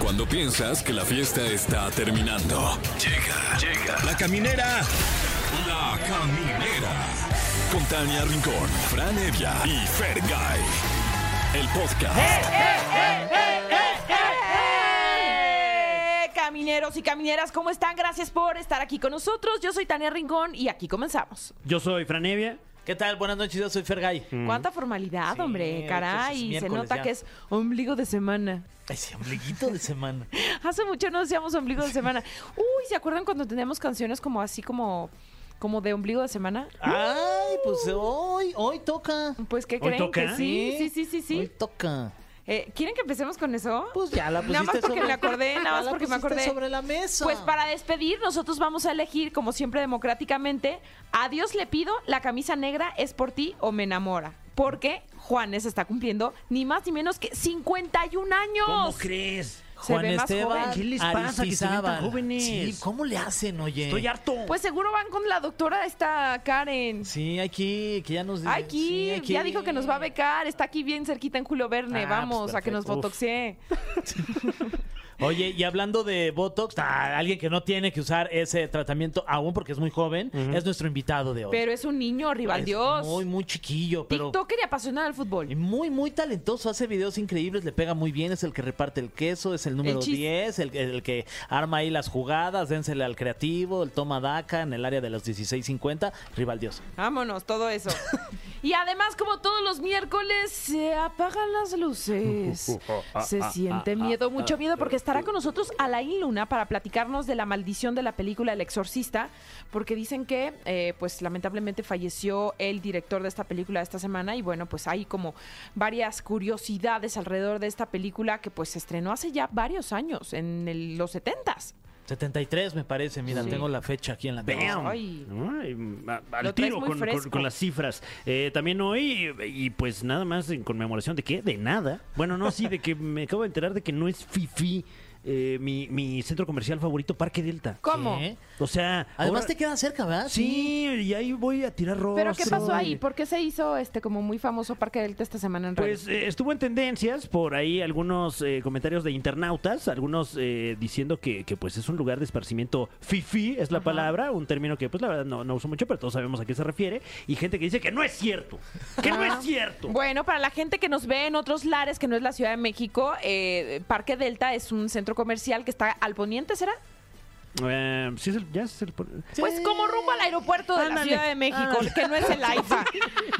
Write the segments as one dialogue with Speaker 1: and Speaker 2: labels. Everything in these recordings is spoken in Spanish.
Speaker 1: Cuando piensas que la fiesta está terminando. Llega, llega. La caminera. La caminera. Con Tania Rincón, Fran Evia y Fer El podcast.
Speaker 2: Eh, Camineros y camineras, ¿cómo están? Gracias por estar aquí con nosotros. Yo soy Tania Rincón y aquí comenzamos.
Speaker 3: Yo soy Franevia.
Speaker 4: ¿Qué tal? Buenas noches, yo soy Fergay.
Speaker 2: Cuánta formalidad,
Speaker 4: Mm. Sí,
Speaker 2: hombre,
Speaker 4: pues es
Speaker 2: caray. Se
Speaker 4: miércoles
Speaker 2: nota
Speaker 4: ya.
Speaker 2: que es ombligo de semana.
Speaker 4: Ese ombliguito de semana.
Speaker 2: Hace mucho no decíamos ombligo de semana. Uy, ¿se acuerdan cuando teníamos canciones como así como, como de ombligo de semana?
Speaker 4: Ay, pues hoy, hoy toca. ¿Eh?
Speaker 2: Pues, ¿qué
Speaker 3: ¿Hoy
Speaker 2: creen? Que
Speaker 3: toca?
Speaker 2: sí, sí, sí, sí,
Speaker 4: Hoy
Speaker 2: sí.
Speaker 4: toca.
Speaker 2: Eh, ¿Quieren que empecemos con eso?
Speaker 4: Pues ya la pusiste
Speaker 2: Nada más porque
Speaker 4: sobre-
Speaker 2: me acordé,
Speaker 4: ya
Speaker 2: nada más
Speaker 4: la
Speaker 2: porque me
Speaker 4: pusiste
Speaker 2: acordé.
Speaker 4: sobre la mesa.
Speaker 2: Pues para despedir, nosotros vamos a elegir, como siempre democráticamente, a Dios le pido, la camisa negra es por ti o me enamora. Porque Juanes está cumpliendo ni más ni menos que 51 años.
Speaker 3: ¿Cómo crees?
Speaker 2: Se
Speaker 4: Juan
Speaker 2: ve más
Speaker 4: Esteban,
Speaker 2: joven.
Speaker 3: ¿Qué les pasa que se ven tan
Speaker 4: Aristizábal.
Speaker 3: jóvenes?
Speaker 4: Sí, ¿cómo le hacen, oye?
Speaker 3: Estoy harto.
Speaker 2: Pues seguro van con la doctora esta Karen.
Speaker 4: Sí, aquí, que ya nos dice.
Speaker 2: Ay, aquí,
Speaker 4: sí, aquí.
Speaker 2: ya dijo que nos va a becar, está aquí bien cerquita en Julio Verne,
Speaker 4: Ah,
Speaker 2: vamos,
Speaker 4: pues,
Speaker 2: a que nos
Speaker 3: perfecto.
Speaker 2: botoxee.
Speaker 4: Oye, y hablando de Botox, ah, alguien que no tiene que usar ese tratamiento aún porque es muy joven, es nuestro invitado de hoy.
Speaker 2: Pero es un niño, rival
Speaker 4: Es
Speaker 2: Dios.
Speaker 4: Pues Muy, muy chiquillo, pero.
Speaker 2: TikToker y apasionado del
Speaker 4: Y
Speaker 2: fútbol.
Speaker 4: muy, muy talentoso, hace videos increíbles, le pega muy bien, es el que reparte el queso, es el número
Speaker 2: El chis-
Speaker 4: 10, el, el que arma ahí las jugadas, dénsele al creativo, el toma daca en el área de los 16.50, rival Dios.
Speaker 2: Vámonos, todo eso. Y además, como todos los miércoles, se apagan las luces. Se siente miedo, mucho miedo, porque estará con nosotros Alain Luna para platicarnos de la maldición de la película El Exorcista, porque dicen que, eh, pues lamentablemente falleció el director de esta película esta semana y bueno, pues hay como varias curiosidades alrededor de esta película que pues se estrenó hace ya varios años, en el- los 70s.
Speaker 4: 73 me parece, mira,
Speaker 2: Sí.
Speaker 4: tengo la fecha aquí en la cabeza.
Speaker 3: Bam.
Speaker 2: Ay.
Speaker 3: Ay, a-
Speaker 2: Lo
Speaker 3: al
Speaker 2: traes
Speaker 3: tiro
Speaker 2: muy
Speaker 3: con, con-
Speaker 2: fresco.
Speaker 3: con las cifras. Eh, también hoy, eh, y pues nada más en conmemoración de qué, de nada. Bueno, no, sí, de que me acabo de enterar de que no es Fifi eh, mi, mi centro comercial favorito, Parque Delta.
Speaker 2: ¿Cómo?
Speaker 4: ¿Qué?
Speaker 3: O sea,
Speaker 4: ¿Eh? Además
Speaker 3: ahora-
Speaker 4: te queda cerca, ¿verdad?
Speaker 3: Sí, y ahí voy a tirar rostro.
Speaker 2: ¿Pero qué pasó ahí? ¿Por qué se hizo este como muy famoso Parque Delta esta semana en redes?
Speaker 3: Pues eh, estuvo en tendencias por ahí algunos eh, comentarios de internautas, algunos eh, diciendo que, que, pues es un lugar de esparcimiento fifi, es la palabra, un término que pues la verdad no, no uso mucho, pero todos sabemos a qué se refiere, y gente que dice que no es cierto, que no
Speaker 2: Ah.
Speaker 3: es cierto.
Speaker 2: Bueno, para la gente que nos ve en otros lares que no es la Ciudad de México, eh, Parque Delta es un centro comercial que está al poniente, ¿será?
Speaker 3: Eh, sí es el- ya es el-
Speaker 4: Sí.
Speaker 2: Pues como rumbo al aeropuerto de la
Speaker 4: Ándale,
Speaker 2: Ciudad de México,
Speaker 4: ándale.
Speaker 2: que no es el AIFA.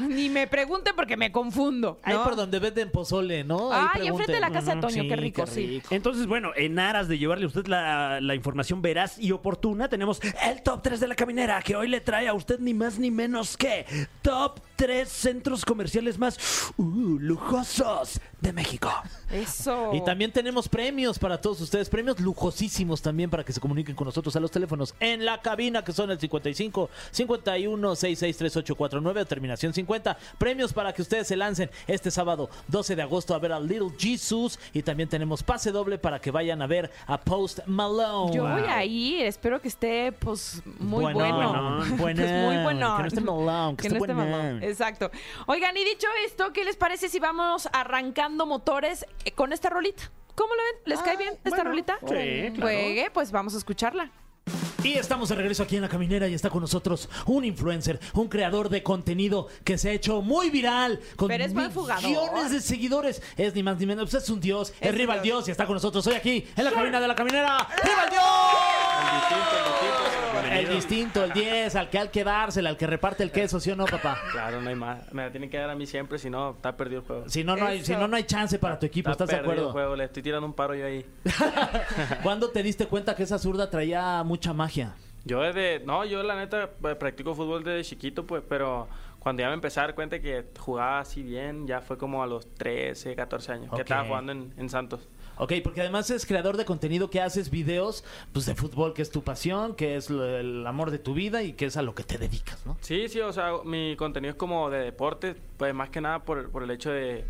Speaker 2: Ni me pregunten porque me confundo.
Speaker 4: Ahí
Speaker 2: ¿no?
Speaker 4: por donde venden pozole, ¿no? Ahí
Speaker 2: Ay, enfrente de la
Speaker 4: pregunten.
Speaker 2: casa de Toño,
Speaker 4: Sí,
Speaker 2: qué rico, sí.
Speaker 3: Entonces, bueno, en aras de llevarle a usted la, la información veraz y oportuna, tenemos el top 3 de la caminera, que hoy le trae a usted ni más ni menos que top 3 centros comerciales más uh, lujosos de México.
Speaker 2: Eso.
Speaker 4: Y también tenemos premios para todos ustedes, premios lujosísimos también para que se comuniquen con nosotros a los teléfonos en la cabina que son el 55 51 66 3849 terminación 50. Premios para que ustedes se lancen este sábado 12 de agosto a ver a Little Jesus y también tenemos pase doble para que vayan a ver a Post Malone.
Speaker 2: Yo voy a ir, espero que esté pues muy bueno.
Speaker 4: Buenón, buenón,
Speaker 2: Pues,
Speaker 4: buenón.
Speaker 2: muy bueno.
Speaker 4: Que no esté malón, que esté buenón.
Speaker 2: Exacto. Oigan, y dicho esto, ¿qué les parece si vamos arrancando motores eh, con esta rolita? ¿Cómo lo ven? ¿Les cae bien esta rolita?
Speaker 3: Ah, sí, claro.
Speaker 2: Juegue, pues vamos a escucharla.
Speaker 4: Y estamos de regreso aquí en La Caminera y está con nosotros un influencer, un creador de contenido que se ha hecho muy viral con
Speaker 2: Pero es buen jugador.
Speaker 4: millones de seguidores. Es ni más ni menos, pues es un dios, es,
Speaker 2: Es un dios.
Speaker 4: rival
Speaker 2: ¡Eh!
Speaker 4: dios. y está con nosotros hoy aquí en La Cabina de La Caminera. ¡Rival dios! El distinto, el 10, al que al que dársela, al que reparte el queso, ¿sí o no, papá?
Speaker 5: Claro, no hay más. Me la tienen que dar a mí siempre, si no, está perdido el juego.
Speaker 4: Si no, no hay, si
Speaker 2: Eso.
Speaker 4: no, no hay chance para tu equipo,
Speaker 5: está
Speaker 4: ¿estás de
Speaker 5: perdido el
Speaker 4: acuerdo?
Speaker 5: juego, le estoy tirando un paro yo ahí.
Speaker 4: ¿Cuándo te diste cuenta que esa zurda traía mucha magia?
Speaker 5: Yo desde... No, yo la neta eh, practico fútbol desde chiquito, pues, pero cuando ya me empecé a dar cuenta que jugaba así bien, ya fue como a los 13, 14 años,
Speaker 4: Ok.
Speaker 5: que estaba jugando en, en Santos.
Speaker 4: Ok, porque además es creador de contenido que haces videos pues de fútbol, que es tu pasión, que es lo- el amor de tu vida y que es a lo que te dedicas, ¿no?
Speaker 5: Sí, sí, o sea, mi contenido es como de deporte, pues más que nada por, por el hecho de,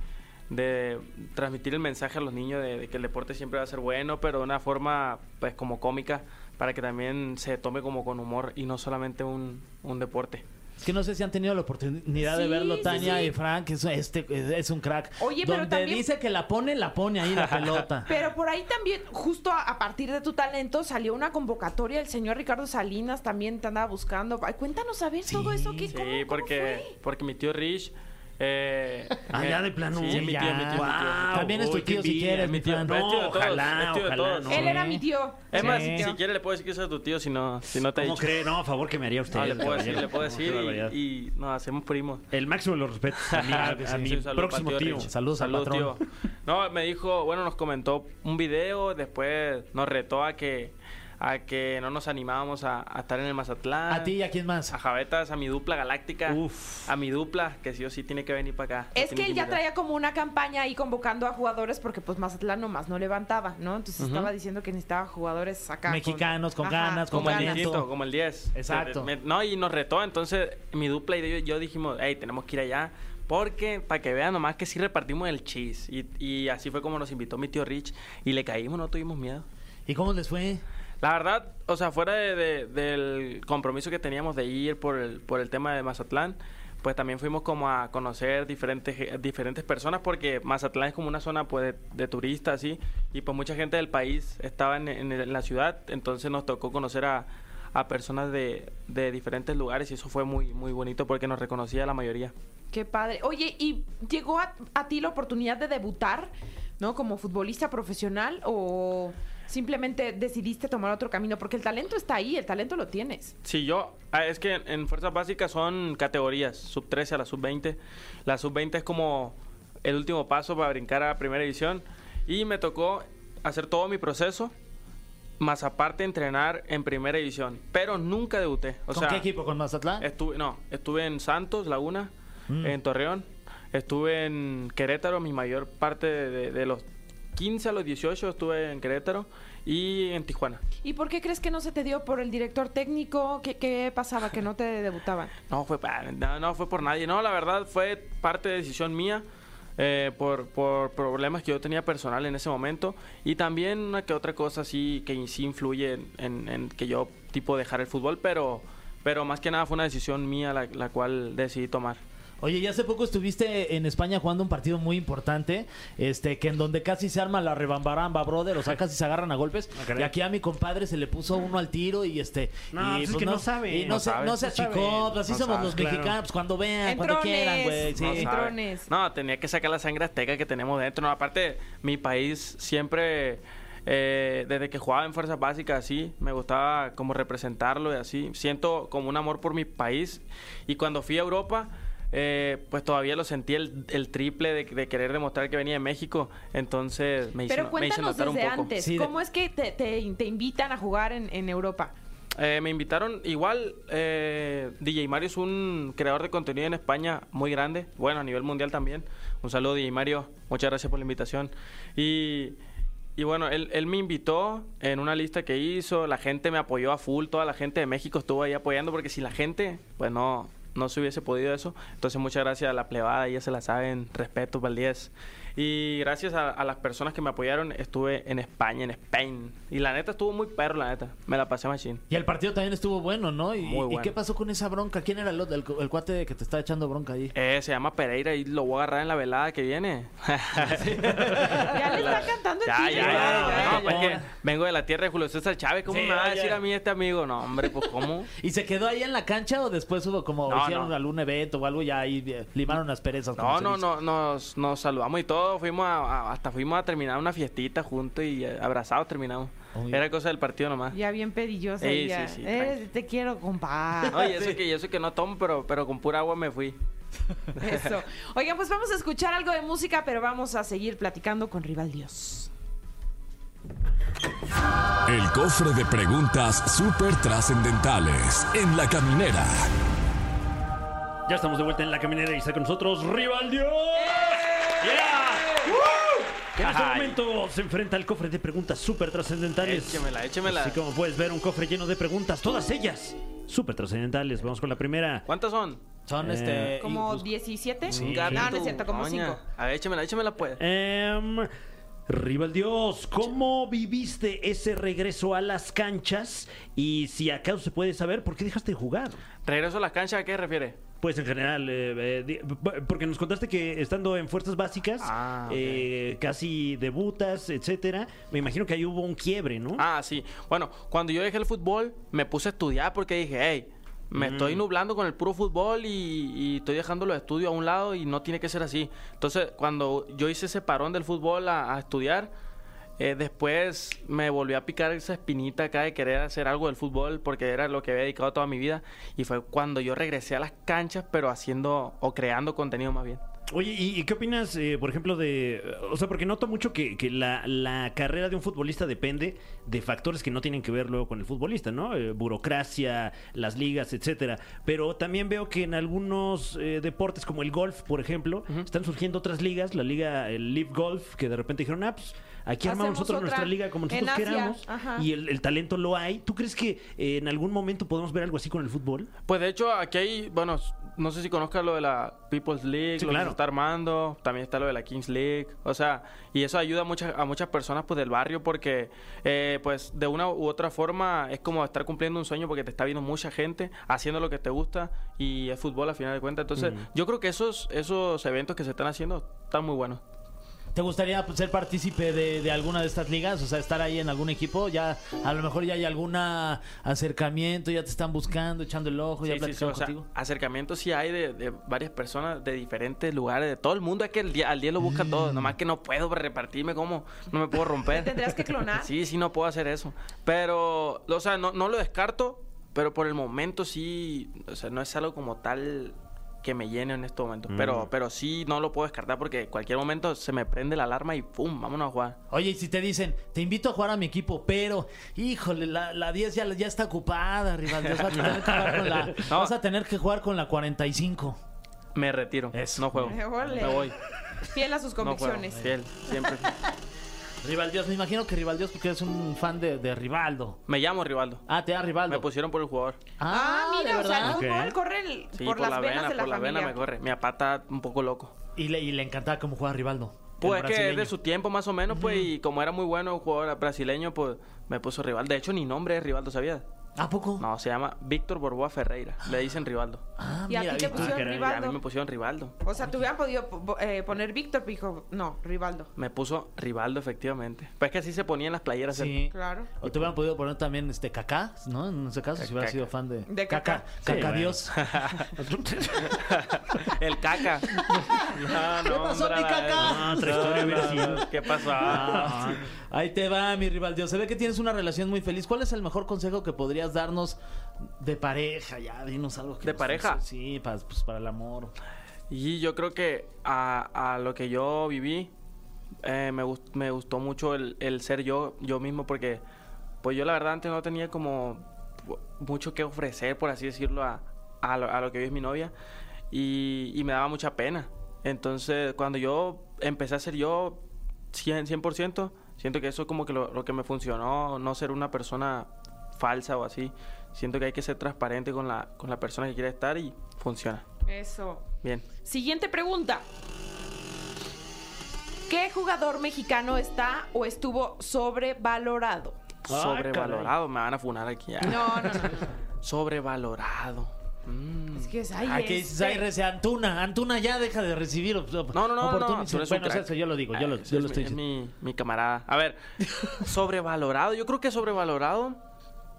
Speaker 5: de transmitir el mensaje a los niños de, de que el deporte siempre va a ser bueno, pero de una forma pues como cómica, para que también se tome como con humor y no solamente un, un deporte.
Speaker 4: Es que no sé si han tenido la oportunidad de
Speaker 2: Sí,
Speaker 4: verlo
Speaker 2: sí,
Speaker 4: Tania
Speaker 2: sí.
Speaker 4: y Frank, es, este, es, es un crack.
Speaker 2: Oye, pero
Speaker 4: Donde
Speaker 2: también-
Speaker 4: dice que la pone, la pone ahí la pelota.
Speaker 2: Pero por ahí también, justo a, a partir de tu talento, salió una convocatoria. El señor Ricardo Salinas también te andaba buscando. Ay, cuéntanos a ver todo eso. ¿qué,
Speaker 5: Sí,
Speaker 2: cómo- cómo
Speaker 5: porque,
Speaker 2: fue?
Speaker 5: porque mi tío Rich. Eh,
Speaker 3: Ah,
Speaker 5: me-
Speaker 3: ya de plano.
Speaker 5: Sí, mi tío, mi tío, mi tío.
Speaker 3: Guau,
Speaker 4: También es tu
Speaker 3: uy, qué
Speaker 4: tío si
Speaker 3: envidia,
Speaker 4: quieres, mi
Speaker 5: tío.
Speaker 4: Fran.
Speaker 5: Es
Speaker 3: No,
Speaker 5: tío de todos,
Speaker 3: ojalá,
Speaker 5: es tío de
Speaker 3: ojalá,
Speaker 5: todos.
Speaker 3: no.
Speaker 2: Él era mi tío.
Speaker 5: Es más,
Speaker 4: Sí.
Speaker 5: si quiere le puedo decir que ese es tu tío si no, si no te ha
Speaker 3: ¿Cómo
Speaker 5: dicho.
Speaker 3: cree? No, a favor que me haría usted.
Speaker 5: Ah, le puedo decir,
Speaker 3: caballero.
Speaker 5: le puedo
Speaker 3: No, qué
Speaker 5: decir
Speaker 3: barbaridad.
Speaker 5: y, y nos hacemos primos.
Speaker 3: El máximo de los respetos a mi, a- a mi
Speaker 5: Sí, salud,
Speaker 3: próximo
Speaker 5: pa'
Speaker 3: tío.
Speaker 5: Rich.
Speaker 4: Saludos al patrón.
Speaker 5: tío. No, me dijo, bueno, nos comentó un video, después nos retó a que a que no nos animábamos a, a estar en el Mazatlán.
Speaker 4: A ti y a quién más.
Speaker 2: Ah.
Speaker 5: A Javetas, a mi dupla galáctica.
Speaker 3: Uf.
Speaker 5: A mi dupla, que sí o sí tiene que venir para acá.
Speaker 2: Es
Speaker 5: Tiene
Speaker 2: que él ya
Speaker 5: invitar.
Speaker 2: traía como una campaña ahí convocando a jugadores porque pues Mazatlán nomás no levantaba, ¿no? Entonces estaba diciendo que necesitaba jugadores acá.
Speaker 4: Mexicanos, con ganas, con
Speaker 5: Como el
Speaker 4: ganas.
Speaker 2: ganas.
Speaker 5: diecito, como el 10.
Speaker 4: Exacto.
Speaker 5: Me- no, y nos retó. Entonces, mi dupla y yo, yo dijimos, hey, tenemos que ir allá. Porque, para que vean nomás que sí repartimos el cheese. Y, y así fue como nos invitó mi tío Rich. Y le caímos, no tuvimos miedo.
Speaker 4: ¿Y cómo les fue?
Speaker 5: La verdad, o sea, fuera de- de- del compromiso que teníamos de ir por el, por el tema de Mazatlán, pues también fuimos como a conocer diferentes, ge- diferentes personas porque Mazatlán es como una zona pues de, de turistas, así, y pues mucha gente del país estaba en, en- en la ciudad, entonces nos tocó conocer a, a personas de, de diferentes lugares y eso fue muy, muy bonito porque nos reconocía la mayoría.
Speaker 2: Qué padre. Oye, ¿y llegó a, a ti la oportunidad de debutar, ¿no? Como futbolista profesional o simplemente decidiste tomar otro camino? Porque el talento está ahí, el talento lo tienes.
Speaker 5: Sí, yo, ah, es que en, en fuerzas básicas son categorías, sub 13 a la sub 20. La sub 20 es como el último paso para brincar a primera división. Y me tocó hacer todo mi proceso, más aparte entrenar en primera división. Pero nunca debuté. O
Speaker 4: ¿Con
Speaker 5: sea,
Speaker 4: qué equipo? ¿Con Mazatlán?
Speaker 5: Estuve, no, estuve en Santos, Laguna,
Speaker 4: Mm.
Speaker 5: en Torreón, estuve en Querétaro, mi mayor parte de, de- de los 15 a los 18 estuve en Querétaro y en Tijuana.
Speaker 2: ¿Y por qué crees que no se te dio por el director técnico? ¿Qué, qué pasaba que no te debutaban?
Speaker 5: No fue, pa- no, no fue por nadie. No, la verdad fue parte de decisión mía eh, por, por problemas que yo tenía personal en ese momento. Y también una que otra cosa sí que sí influye en, en- en que yo tipo dejar el fútbol, pero, pero más que nada fue una decisión mía la, la cual decidí tomar.
Speaker 4: Oye, ya hace poco estuviste en España jugando un partido muy importante, este, que en donde casi se arma la rebambaramba, brother, o sea, casi se agarran a golpes.
Speaker 3: Ah, caray.
Speaker 4: y aquí a mi compadre se le puso uno al tiro y este,
Speaker 3: No,
Speaker 4: y,
Speaker 3: pues es que no sabe.
Speaker 4: y no,
Speaker 3: No
Speaker 4: se,
Speaker 5: sabe,
Speaker 4: no se
Speaker 3: no
Speaker 4: achicó,
Speaker 3: sabe.
Speaker 4: pues así
Speaker 5: No
Speaker 4: somos
Speaker 5: sabe,
Speaker 4: los
Speaker 3: claro.
Speaker 4: mexicanos, pues cuando vean, cuando
Speaker 2: Entrones.
Speaker 4: quieran, güey. Sí.
Speaker 5: No, sabe.
Speaker 2: Entrones.
Speaker 5: No, tenía que sacar la sangre azteca que tenemos dentro. No, aparte, mi país siempre, eh, desde que jugaba en fuerzas básicas, así, me gustaba como representarlo y así. Siento como un amor por mi país. Y cuando fui a Europa, eh, pues todavía lo sentí el, el triple de, de querer demostrar que venía de México. Entonces me hice,
Speaker 2: Pero
Speaker 5: me hice
Speaker 2: cuéntanos
Speaker 5: notar un
Speaker 2: desde
Speaker 5: poco.
Speaker 2: antes,
Speaker 4: Sí, de-
Speaker 2: ¿cómo es que te, te- te invitan a jugar en, en Europa?
Speaker 5: Eh, me invitaron igual, eh, DJ Mario es un creador de contenido en España muy grande, bueno, a nivel mundial también. Un saludo DJ Mario, muchas gracias por la invitación. Y, y bueno, él, él me invitó en una lista que hizo, la gente me apoyó a full, toda la gente de México estuvo ahí apoyando, porque si la gente, pues no, no se hubiese podido eso. Entonces muchas gracias a la plebada, ya se la saben, respeto para el 10. Y gracias a, a las personas que me apoyaron, estuve en España, en Spain. Y la neta estuvo muy perro, la neta. Me la pasé machín.
Speaker 4: Y el partido también estuvo bueno, ¿no? ¿Y,
Speaker 5: Muy
Speaker 4: y
Speaker 5: bueno.
Speaker 4: qué pasó con esa bronca? ¿Quién era el, el, el cuate que te está echando bronca ahí?
Speaker 5: Eh, se llama Pereira y lo voy a agarrar en la velada que viene.
Speaker 2: Ya le está cantando el
Speaker 5: ya, ya,
Speaker 2: chile,
Speaker 5: ya,
Speaker 2: güey.
Speaker 5: No, pues
Speaker 4: ya.
Speaker 5: que vengo de la tierra de Julio César Chávez. ¿Cómo
Speaker 4: Sí,
Speaker 5: me va a
Speaker 4: oye.
Speaker 5: decir a mí este amigo? No, hombre, pues cómo.
Speaker 4: ¿Y se quedó ahí en la cancha o después hubo como
Speaker 5: No,
Speaker 4: hicieron
Speaker 5: no.
Speaker 4: algún evento o algo y ahí eh, limaron las perezas? como
Speaker 5: No,
Speaker 4: se
Speaker 5: no,
Speaker 4: dice?
Speaker 5: no, nos, nos saludamos y todo. Fuimos a- a- hasta fuimos a terminar una fiestita juntos y eh, abrazados terminamos.
Speaker 4: Uy.
Speaker 5: Era cosa del partido nomás.
Speaker 2: Ya bien pedillosa.
Speaker 5: Ey,
Speaker 2: ella.
Speaker 5: sí, sí,
Speaker 2: Eres-
Speaker 5: tranqui.
Speaker 2: te quiero, compa.
Speaker 5: No, y eso, que, y eso que no tomo, pero, pero con pura agua me fui.
Speaker 2: Eso. Oigan, pues vamos a escuchar algo de música, pero vamos a seguir platicando con Rival Dios.
Speaker 1: El cofre de preguntas súper trascendentales en la caminera.
Speaker 3: Ya estamos de vuelta en la caminera y está con nosotros Rival Dios. Yeah. Que En este
Speaker 5: Ay.
Speaker 3: momento se enfrenta al cofre de preguntas súper trascendentales.
Speaker 5: Échemela, échemela.
Speaker 3: Así como puedes ver, un cofre lleno de preguntas, todas ellas súper trascendentales. Vamos con la primera.
Speaker 5: ¿Cuántas son?
Speaker 4: Son
Speaker 3: Eh,
Speaker 4: este.
Speaker 2: ¿Como
Speaker 4: y-
Speaker 2: 17?
Speaker 5: Un
Speaker 2: Ah,
Speaker 5: gato,
Speaker 2: no es cierto, como Eh.
Speaker 5: coña.
Speaker 2: 5.
Speaker 5: A ver, échemela, échemela pues.
Speaker 3: Em, Rival Dios, ¿cómo viviste ese regreso a las canchas? Y si acaso se puede saber, ¿por qué dejaste de jugar?
Speaker 5: ¿Regreso a la cancha a qué refiere?
Speaker 3: Pues en general, eh, eh, di- p- porque nos contaste que estando en fuerzas básicas,
Speaker 5: Ah, ok.
Speaker 3: eh, casi debutas, etcétera. Me imagino que ahí hubo un quiebre, ¿no?
Speaker 5: Ah, sí. Bueno, cuando yo dejé el fútbol, me puse a estudiar porque dije, hey, me estoy nublando con el puro fútbol y, y estoy dejando los estudios a un lado y no tiene que ser así. Entonces, cuando yo hice ese parón del fútbol a, a estudiar, eh, después me volvió a picar esa espinita acá de querer hacer algo del fútbol porque era lo que había dedicado toda mi vida. Y fue cuando yo regresé a las canchas, pero haciendo o creando contenido más bien.
Speaker 3: Oye, ¿y, y qué opinas, eh, por ejemplo, de... O sea, porque noto mucho que, que la, la carrera de un futbolista depende de factores que no tienen que ver luego con el futbolista, ¿no? Eh, burocracia, las ligas, etcétera. Pero también veo que en algunos eh, deportes, como el golf, por ejemplo, están surgiendo otras ligas, la liga el Live Golf, que de repente dijeron, ah, pues, aquí armamos
Speaker 2: Hacemos
Speaker 3: nosotros
Speaker 2: otra
Speaker 3: nuestra liga como
Speaker 2: en
Speaker 3: nosotros
Speaker 2: Asia.
Speaker 3: queramos
Speaker 2: Ajá.
Speaker 3: y el, el talento lo hay. ¿Tú crees que eh, en algún momento podemos ver algo así con el fútbol?
Speaker 5: Pues de hecho, aquí hay, bueno, s- no sé si conozcas lo de la People's League,
Speaker 3: Sí,
Speaker 5: lo que
Speaker 3: claro.
Speaker 5: se está armando, también está lo de la Kings League, o sea, y eso ayuda a muchas, a muchas personas pues del barrio porque eh, pues de una u otra forma es como estar cumpliendo un sueño porque te está viendo mucha gente haciendo lo que te gusta y es fútbol al final de cuentas, entonces yo creo que esos, esos eventos que se están haciendo están muy buenos.
Speaker 4: ¿Te gustaría pues, ser partícipe de, de alguna de estas ligas? O sea, estar ahí en algún equipo. Ya, a lo mejor ya hay algún acercamiento, ya te están buscando, echando el ojo, ya
Speaker 5: Sí, sí, sí,
Speaker 4: platicando
Speaker 5: o sea,
Speaker 4: contigo.
Speaker 5: acercamientos sí hay de, de varias personas de diferentes lugares, de todo el mundo. Es que el día- al día lo buscan
Speaker 4: Mm.
Speaker 5: todo. Nomás que no puedo repartirme como, no me puedo romper.
Speaker 2: Tendrías que clonar.
Speaker 5: Sí, sí, no puedo hacer eso. Pero, o sea, no, no lo descarto, pero por el momento sí, o sea, no es algo como tal que me llene en este momento.
Speaker 4: Mm.
Speaker 5: Pero, pero sí, no lo puedo descartar porque en cualquier momento se me prende la alarma y ¡pum! Vámonos a jugar.
Speaker 4: Oye, y si te dicen, te invito a jugar a mi equipo, pero, híjole, la, la 10 ya, ya está ocupada, rival. Dios, vas, a tener que jugar con la,
Speaker 5: No.
Speaker 4: vas a tener que jugar con la 45.
Speaker 5: Me retiro.
Speaker 4: Eso.
Speaker 5: No juego.
Speaker 2: Ole.
Speaker 5: Me voy.
Speaker 2: Fiel a sus
Speaker 5: No juego.
Speaker 2: convicciones.
Speaker 5: Fiel, siempre.
Speaker 4: Rival Dios, me imagino que Rival Dios porque eres un fan de, de Rivaldo.
Speaker 5: Me llamo Rivaldo.
Speaker 4: Ah, te da Rivaldo.
Speaker 5: Me pusieron por el jugador.
Speaker 2: Ah, mira, o sea, el
Speaker 3: verdad?
Speaker 2: fútbol
Speaker 3: Ok.
Speaker 2: corre el-
Speaker 5: Sí,
Speaker 2: por, las venas de la
Speaker 5: por
Speaker 2: familia.
Speaker 5: la vena me corre. Mi papá está un poco loco.
Speaker 4: y, le, y le encantaba cómo jugaba Rivaldo. el
Speaker 5: Pues es que es
Speaker 4: brasileño.
Speaker 5: de su tiempo más o menos, pues, y como era muy bueno un jugador brasileño, pues me puso rival. De hecho, ni nombre es Rivaldo, ¿sabías?
Speaker 4: ¿A
Speaker 2: Uh.
Speaker 4: poco?
Speaker 5: No, se llama Víctor Borboa Ferreira. Le dicen Rivaldo.
Speaker 4: Ah,
Speaker 2: Y a
Speaker 4: mira,
Speaker 2: ti te
Speaker 4: Víctor.
Speaker 2: pusieron
Speaker 3: caray,
Speaker 5: Y a mí
Speaker 2: Rivaldo.
Speaker 5: me pusieron Rivaldo.
Speaker 2: O sea, te hubieran podido po- eh, poner Víctor, pero dijo, no, Rivaldo.
Speaker 5: Me puso Rivaldo, efectivamente. Pues es que así se ponía en las playeras. el-
Speaker 4: Sí.
Speaker 2: Claro.
Speaker 4: O te hubieran podido poner también este Kaká, ¿no? En ese caso, si hubieras
Speaker 5: Kaká.
Speaker 4: sido fan de,
Speaker 2: De
Speaker 4: Kaká.
Speaker 2: Kaká.
Speaker 4: Kaká
Speaker 3: Sí, bueno.
Speaker 4: Dios.
Speaker 5: El caca. No, no,
Speaker 4: pasó,
Speaker 5: hombre,
Speaker 4: mi
Speaker 5: la-
Speaker 4: caca?
Speaker 3: No, otra historia hubiera sido.
Speaker 5: ¿Qué pasó?
Speaker 2: Ah,
Speaker 4: Ah, Ahí te va, mi rival Dios. Se ve que tienes una relación muy feliz. ¿Cuál es el mejor consejo que podrías darnos de pareja? Ya, dinos algo que
Speaker 5: ¿De
Speaker 4: nos-
Speaker 5: pareja?
Speaker 4: Sí, pa- pues para el amor.
Speaker 5: Y yo creo que a, a lo que yo viví, eh, me, gust- me gustó mucho el, el ser yo, yo mismo, porque pues yo la verdad antes no tenía como pu- mucho que ofrecer, por así decirlo, a, a lo, a lo que vi es mi novia, y, y me daba mucha pena. Entonces, cuando yo empecé a ser yo 100%, 100% siento que eso es como que lo, lo que me funcionó, no ser una persona falsa o así. Siento que hay que ser transparente con la, con la persona que quiere estar y funciona.
Speaker 2: Eso.
Speaker 5: Bien.
Speaker 2: Siguiente pregunta. ¿Qué jugador mexicano está o estuvo sobrevalorado?
Speaker 3: Ah,
Speaker 5: Sobrevalorado, me van a funar aquí. ya.
Speaker 2: No, no, no.
Speaker 5: Sobrevalorado. Mm.
Speaker 2: Es que es ay,
Speaker 4: Ah, que dices,
Speaker 2: este.
Speaker 4: ay, rece- Antuna, Antuna ya deja de recibir op- op-
Speaker 5: No, no, no, no,
Speaker 4: oportunidades.
Speaker 5: tú eres un
Speaker 4: Bueno, o sea,
Speaker 5: crack.
Speaker 4: eso yo lo digo, yo lo,
Speaker 5: Ah, ese
Speaker 4: yo lo
Speaker 5: es
Speaker 4: estoy
Speaker 5: mi- es
Speaker 4: diciendo.
Speaker 5: mi, mi camarada. A ver, sobrevalorado. Yo creo que sobrevalorado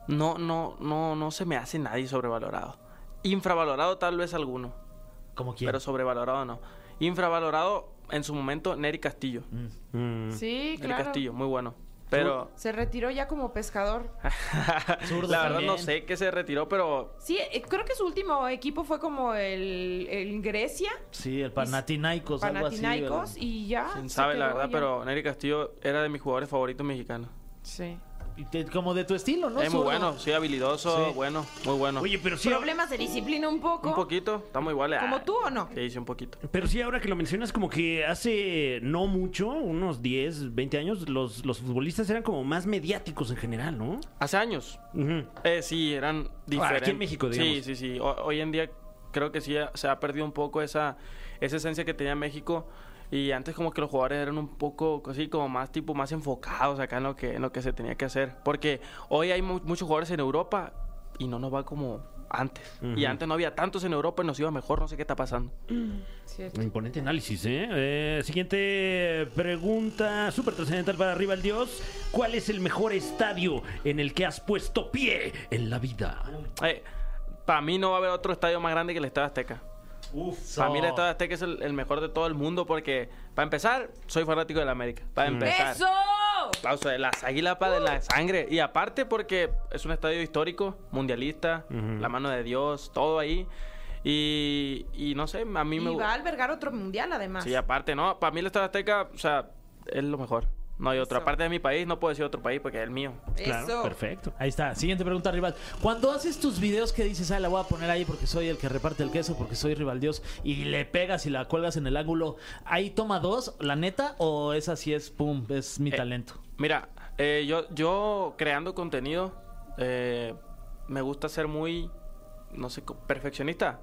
Speaker 5: no, no, no, no se me hace nadie sobrevalorado. Infravalorado tal vez alguno,
Speaker 4: ¿Como quién?
Speaker 5: pero sobrevalorado no. Infravalorado en su momento Nery Castillo.
Speaker 3: Mm.
Speaker 2: Sí,
Speaker 5: Nery
Speaker 2: claro.
Speaker 5: Castillo, muy bueno. Pero
Speaker 2: Se retiró ya como pescador.
Speaker 4: Zurdo
Speaker 5: la verdad no
Speaker 4: también.
Speaker 5: sé qué se retiró, pero
Speaker 2: Sí, eh, creo que su último equipo fue como el, el Grecia,
Speaker 4: Sí, el Panathinaikos, Pues algo así.
Speaker 2: Panathinaikos, y ya.
Speaker 5: quién
Speaker 2: se
Speaker 5: sabe la
Speaker 2: quedó
Speaker 5: verdad,
Speaker 2: ya.
Speaker 5: pero Nery Castillo era de mis jugadores favoritos mexicanos.
Speaker 2: Sí.
Speaker 4: Y te- como de tu estilo, ¿no?
Speaker 5: es muy
Speaker 4: Zurdo.
Speaker 5: bueno, sí, habilidoso,
Speaker 4: Sí.
Speaker 5: bueno, muy bueno.
Speaker 3: Oye, pero sí,
Speaker 2: Problemas de disciplina un poco.
Speaker 5: Un poquito, estamos iguales.
Speaker 2: ¿Como
Speaker 5: Ah,
Speaker 2: tú o no?
Speaker 5: Sí, sí, un poquito.
Speaker 3: Pero sí, ahora que lo mencionas, como que hace no mucho, unos 10, 20 años, los, los futbolistas eran como más mediáticos en general, ¿no?
Speaker 5: Hace años,
Speaker 3: Ujú.
Speaker 5: eh, sí, eran diferentes.
Speaker 3: aquí en México, digamos.
Speaker 5: Sí, sí, sí. O- hoy en día creo que sí ha- se ha perdido un poco esa, esa esencia que tenía México. Y antes como que los jugadores eran un poco así como más tipo más enfocados acá en lo que en lo que se tenía que hacer, porque hoy hay mu- muchos jugadores en Europa y no nos va como antes. Y antes no había tantos en Europa y nos iba mejor, no sé qué está pasando.
Speaker 2: Cierto.
Speaker 3: Imponente análisis, ¿eh? Eh, Siguiente pregunta, súper trascendental para arriba el Dios. ¿Cuál es el mejor estadio en el que has puesto pie en la vida?
Speaker 5: Eh, para mí no va a haber otro estadio más grande que el Estadio Azteca. Para mí el Estadio Azteca es el, el mejor de todo el mundo porque, para empezar, soy fanático del América. Para empezar.
Speaker 2: ¡Eso!
Speaker 5: Aplauso de las águilas para de la sangre. Y aparte porque es un estadio histórico, mundialista, la mano de Dios, todo ahí. Y, y no sé, a mí
Speaker 2: Y
Speaker 5: me
Speaker 2: va a
Speaker 5: gusta.
Speaker 2: albergar otro mundial, además.
Speaker 5: Sí, aparte, no, para mí el Estadio Azteca, o sea, es lo mejor. No hay otra
Speaker 2: Eso.
Speaker 5: parte de mi país, no puedo decir otro país porque es el mío.
Speaker 3: Claro,
Speaker 2: Eso.
Speaker 3: perfecto.
Speaker 4: Ahí está, siguiente pregunta, rival. Cuando haces tus videos que dices, ah, la voy a poner ahí porque soy el que reparte el queso, porque soy rival Dios, y le pegas y la cuelgas en el ángulo, ¿ahí toma dos, la neta? ¿O esa sí es, pum, es mi talento?
Speaker 5: Mira, eh, yo, yo creando contenido, eh, me gusta ser muy, no sé, co- perfeccionista.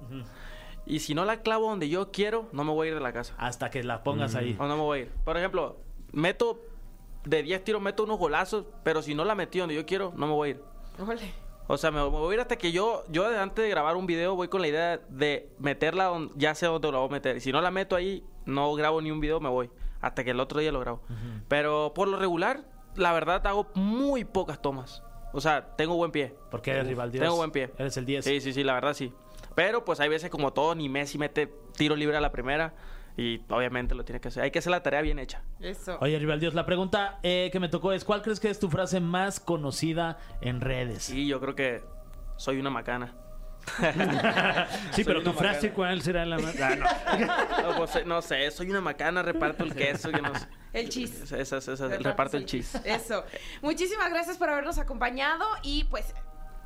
Speaker 5: Y si no la clavo donde yo quiero, no me voy a ir de la casa.
Speaker 4: Hasta que la pongas ahí.
Speaker 5: O no me voy a ir. Por ejemplo, meto de 10 tiros, meto unos golazos, pero si no la metí donde yo quiero, no me voy a ir.
Speaker 2: Ole.
Speaker 5: O sea, me me voy a ir hasta que yo, yo antes de grabar un video voy con la idea de meterla donde, ya sé dónde la voy a meter. Y si no la meto ahí, no grabo ni un video, me voy. Hasta que el otro día lo grabo. Pero por lo regular, la verdad hago muy pocas tomas. O sea, tengo buen pie.
Speaker 4: Porque eres rival Dios.
Speaker 5: Tengo buen pie.
Speaker 4: Eres el 10.
Speaker 5: Sí, sí, sí, la verdad sí. Pero pues hay veces como todo, ni Messi mete tiro libre a la primera. Y obviamente lo tiene que hacer. Hay que hacer la tarea bien hecha.
Speaker 2: Eso.
Speaker 4: Oye, rival Dios, la pregunta eh, que me tocó es, ¿cuál crees que es tu frase más conocida en redes?
Speaker 5: Sí, yo creo que soy una macana.
Speaker 3: Sí,
Speaker 5: Soy
Speaker 3: pero tu
Speaker 5: una
Speaker 3: frase,
Speaker 5: macana.
Speaker 3: ¿cuál será la más? Ah, no.
Speaker 5: No, pues, eh, no sé, soy una macana, reparto el queso, yo no sé.
Speaker 2: El chis.
Speaker 5: Esa- esa- esa- el reparto el chis.
Speaker 2: Eso. Muchísimas gracias por habernos acompañado y pues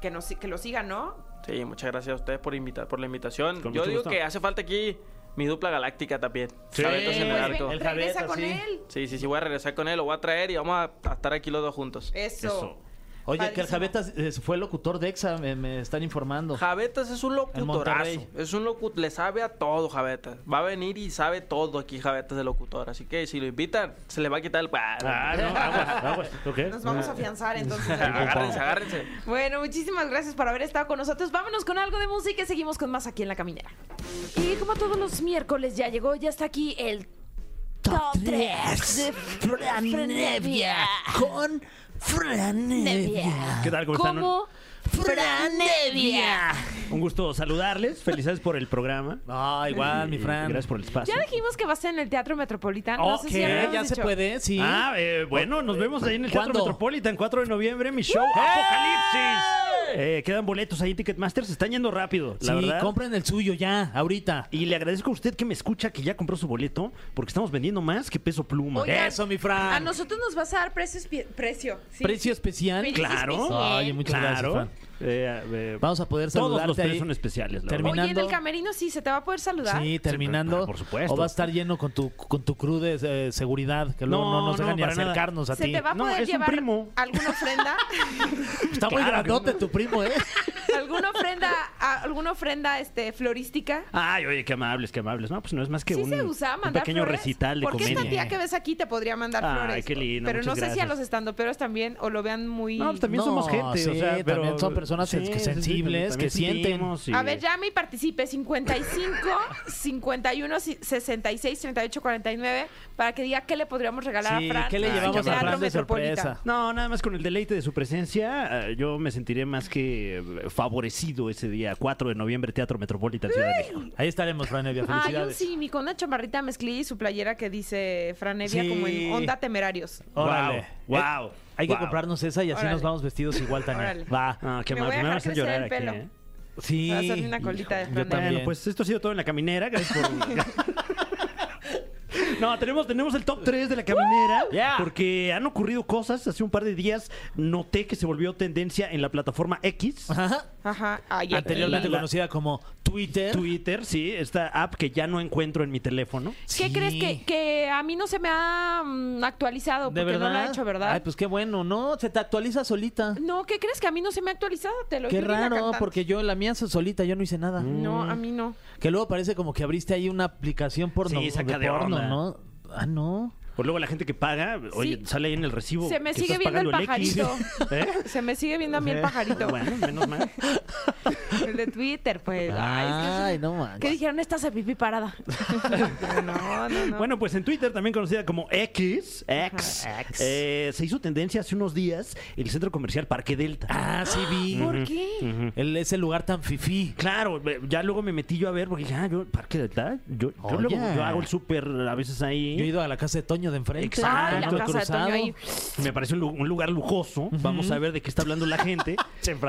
Speaker 2: que, nos, que lo sigan, ¿no?
Speaker 5: Sí, muchas gracias a ustedes por invitar, por la invitación.
Speaker 3: Con
Speaker 5: yo
Speaker 3: mucho
Speaker 5: digo
Speaker 3: gusto.
Speaker 5: que hace falta aquí mi dupla galáctica también.
Speaker 3: Sí.
Speaker 5: Sabetos en el
Speaker 2: Pues
Speaker 5: arco.
Speaker 2: ven,
Speaker 4: El
Speaker 2: regresa
Speaker 4: Javieto,
Speaker 2: con
Speaker 4: sí.
Speaker 2: él.
Speaker 5: Sí, sí, sí, voy a regresar con él, lo voy a traer y vamos a, a estar aquí los dos juntos.
Speaker 2: Eso.
Speaker 3: Eso.
Speaker 4: Oye, que
Speaker 2: Padrísimo.
Speaker 4: el Javetas eh, fue locutor de EXA, me, me están informando.
Speaker 5: Javetas es un
Speaker 4: En
Speaker 5: locutorazo.
Speaker 4: Monterrey.
Speaker 5: Es un locu le sabe a todo Javetas. Va a venir y sabe todo aquí Javetas de locutor. Así que si lo invitan, se le va a quitar el...
Speaker 3: Ah, no, aguas, aguas. ¿Ok?
Speaker 2: Nos vamos a afianzar entonces.
Speaker 5: agárrense, agárrense.
Speaker 2: Bueno, muchísimas gracias por haber estado con nosotros. Vámonos con algo de música y seguimos con más aquí en La Caminera. Y como todos los miércoles ya llegó, ya está aquí el Top 3 de Franevia.
Speaker 6: con Franevia.
Speaker 3: ¿Qué tal? ¿Cómo están?
Speaker 2: Como
Speaker 6: Franevia.
Speaker 3: Un gusto saludarles. Felicidades por el programa.
Speaker 4: Ah, igual, mi
Speaker 3: Y
Speaker 4: Fran.
Speaker 3: Gracias por el espacio.
Speaker 2: ya dijimos que va a ser en el Teatro Metropolitano. No sé
Speaker 4: ok,
Speaker 2: si habíamos
Speaker 4: ya se
Speaker 2: dicho.
Speaker 4: puede, sí.
Speaker 3: Ah, eh, bueno, nos vemos ahí en el
Speaker 4: ¿Cuándo?
Speaker 3: Teatro Metropolitan, 4 de noviembre, mi show Apocalipsis. Eh, quedan boletos ahí en Ticketmaster, se están yendo rápido, la
Speaker 4: sí,
Speaker 3: verdad.
Speaker 4: compren el suyo ya, ahorita.
Speaker 3: Y le agradezco a usted que me escucha, que ya compró su boleto, porque estamos vendiendo más que peso pluma.
Speaker 2: Oigan,
Speaker 4: Eso, mi Fran.
Speaker 2: A nosotros nos vas a dar precios, pie- precio. sí.
Speaker 4: Precio especial.
Speaker 2: Precio
Speaker 3: Claro.
Speaker 2: especial.
Speaker 4: Oye, muchas
Speaker 3: claro.
Speaker 4: gracias,
Speaker 3: Eh, eh,
Speaker 4: Vamos a poder
Speaker 3: todos
Speaker 4: saludarte
Speaker 3: los tres
Speaker 4: ahí.
Speaker 3: son especiales, la
Speaker 4: Termina-
Speaker 2: Oye,
Speaker 3: verdad.
Speaker 2: en el
Speaker 4: Terminando.
Speaker 2: camerino sí, se te va a poder saludar.
Speaker 4: Fran. Sí, terminando.
Speaker 3: pero, pero, por supuesto.
Speaker 4: O va a estar lleno con tu, con tu crew de eh, seguridad, que luego no,
Speaker 3: No,
Speaker 4: nos dejan
Speaker 3: no,
Speaker 4: ni
Speaker 3: para nada.
Speaker 4: acercarnos a
Speaker 2: se
Speaker 4: ti.
Speaker 2: te va a
Speaker 3: No,
Speaker 2: poder
Speaker 3: es un
Speaker 2: llevar
Speaker 3: primo.
Speaker 2: alguna ofrenda.
Speaker 4: Está
Speaker 3: Claro
Speaker 4: muy
Speaker 3: que
Speaker 4: grandote tu primo, ¿eh?
Speaker 2: alguna ofrenda, a- alguna ofrenda este florística.
Speaker 3: Ay, oye, qué amables, Ah, qué amables. No, pues no es más que
Speaker 2: sí
Speaker 3: un,
Speaker 2: se usaba
Speaker 3: un
Speaker 2: mandar
Speaker 3: pequeño
Speaker 2: flores.
Speaker 3: recital de
Speaker 2: Porque
Speaker 3: comedia.
Speaker 2: esta tía que ves aquí te podría mandar
Speaker 3: Ay,
Speaker 2: flores.
Speaker 3: qué lindo,
Speaker 2: Pero no
Speaker 3: muchas
Speaker 2: sé si a
Speaker 3: gracias.
Speaker 2: los estandoperos también o lo vean muy.
Speaker 3: No, pues también somos
Speaker 4: No,
Speaker 3: gente, o
Speaker 4: sí,
Speaker 3: sea, pero
Speaker 4: también son personas que- sensibles,
Speaker 3: también
Speaker 4: que sienten.
Speaker 3: sentimos y-
Speaker 2: A ver, Yami, participe 55 51 si- 66 38 49 para que diga qué le podríamos regalar
Speaker 4: Sí,
Speaker 2: a Fran.
Speaker 4: ¿qué le
Speaker 2: en
Speaker 4: llevamos
Speaker 2: el
Speaker 3: a Fran
Speaker 2: Teatro
Speaker 4: de
Speaker 2: Metropolitan.
Speaker 4: sorpresa?
Speaker 3: No, nada más con el deleite de su presencia, eh, yo me sentiré más que eh, favorecido ese día, 4 de noviembre, Teatro Metropolitan Ciudad de México.
Speaker 4: Ahí estaremos, Franevia.
Speaker 2: Ay, un
Speaker 4: Felicidades.
Speaker 2: simi con una chamarrita mezclilla y su playera que dice Franevia
Speaker 4: Sí.
Speaker 2: como en Onda Temerarios.
Speaker 4: Órale.
Speaker 3: Wow,
Speaker 4: Eh,
Speaker 3: wow,
Speaker 4: hay que
Speaker 3: wow.
Speaker 4: comprarnos esa y así
Speaker 2: Órale.
Speaker 4: nos vamos vestidos igual
Speaker 2: Órale.
Speaker 4: también. Va.
Speaker 3: Ah, qué
Speaker 2: Me
Speaker 3: mal,
Speaker 2: voy a
Speaker 3: me
Speaker 2: dejar
Speaker 3: vas a
Speaker 2: crecer
Speaker 3: llorar
Speaker 2: el
Speaker 3: aquí.
Speaker 2: pelo.
Speaker 3: ¿eh?
Speaker 4: Sí.
Speaker 2: Voy a hacer una colita de
Speaker 4: yo
Speaker 2: Fran
Speaker 4: también.
Speaker 3: Bueno, pues esto ha sido todo en la caminera. Gracias por. No, tenemos, tenemos el top 3 de la caminera
Speaker 4: Yeah.
Speaker 3: porque han ocurrido cosas. Hace un par de días noté que se volvió tendencia en la plataforma X.
Speaker 4: Ajá.
Speaker 2: Ajá. Ay, eh,
Speaker 4: Anteriormente
Speaker 3: la-
Speaker 4: conocida como Twitter.
Speaker 3: Twitter, sí, esta app que ya no encuentro en mi teléfono.
Speaker 2: ¿Qué
Speaker 4: Sí.
Speaker 2: crees que, que a mí no se me ha mm, actualizado? Porque
Speaker 4: ¿De verdad?
Speaker 2: no lo ha hecho, ¿verdad?
Speaker 4: Ay, pues qué bueno, ¿no? Se te actualiza solita.
Speaker 2: No, ¿qué crees que a mí no se me ha actualizado? Te lo
Speaker 4: Qué
Speaker 2: juro, la
Speaker 4: raro,
Speaker 2: cantante.
Speaker 4: porque yo la mía solita, yo no hice nada.
Speaker 2: No, a mí no.
Speaker 4: Que luego parece como que abriste ahí una aplicación porno.
Speaker 3: Sí, saca de
Speaker 4: porno,
Speaker 3: onda.
Speaker 4: ¿no? Ah, no.
Speaker 3: O luego la gente que paga, oye, sale ahí en el recibo.
Speaker 2: Se me
Speaker 3: que
Speaker 2: sigue
Speaker 3: estás
Speaker 2: viendo el
Speaker 3: pagando X.
Speaker 2: pajarito.
Speaker 3: ¿Eh?
Speaker 2: Se me sigue viendo a mí el pajarito.
Speaker 3: Bueno, menos mal.
Speaker 2: El de Twitter, pues. Ay, es que es
Speaker 4: Ay, no manches.
Speaker 2: ¿Qué dijeron? Esta se pipí parada. no, no, no.
Speaker 3: Bueno, pues en Twitter, también conocida como X, X, eh, se hizo tendencia hace unos días el centro comercial Parque Delta.
Speaker 4: Ah, sí vi.
Speaker 2: ¿Por qué?
Speaker 4: Él es el lugar tan fifí.
Speaker 3: Claro, me- ya luego me metí yo a ver, porque dije, ah, yo, Parque Delta, yo, yo,
Speaker 4: Oye.
Speaker 3: luego- yo hago el súper a veces ahí.
Speaker 4: Yo he ido a la casa de Toño de enfrente.
Speaker 3: Exacto.
Speaker 2: Ay, la
Speaker 4: Toño
Speaker 2: casa de Toño ahí.
Speaker 3: Me parece un, lu- un lugar lujoso. Vamos a ver de qué está hablando la gente.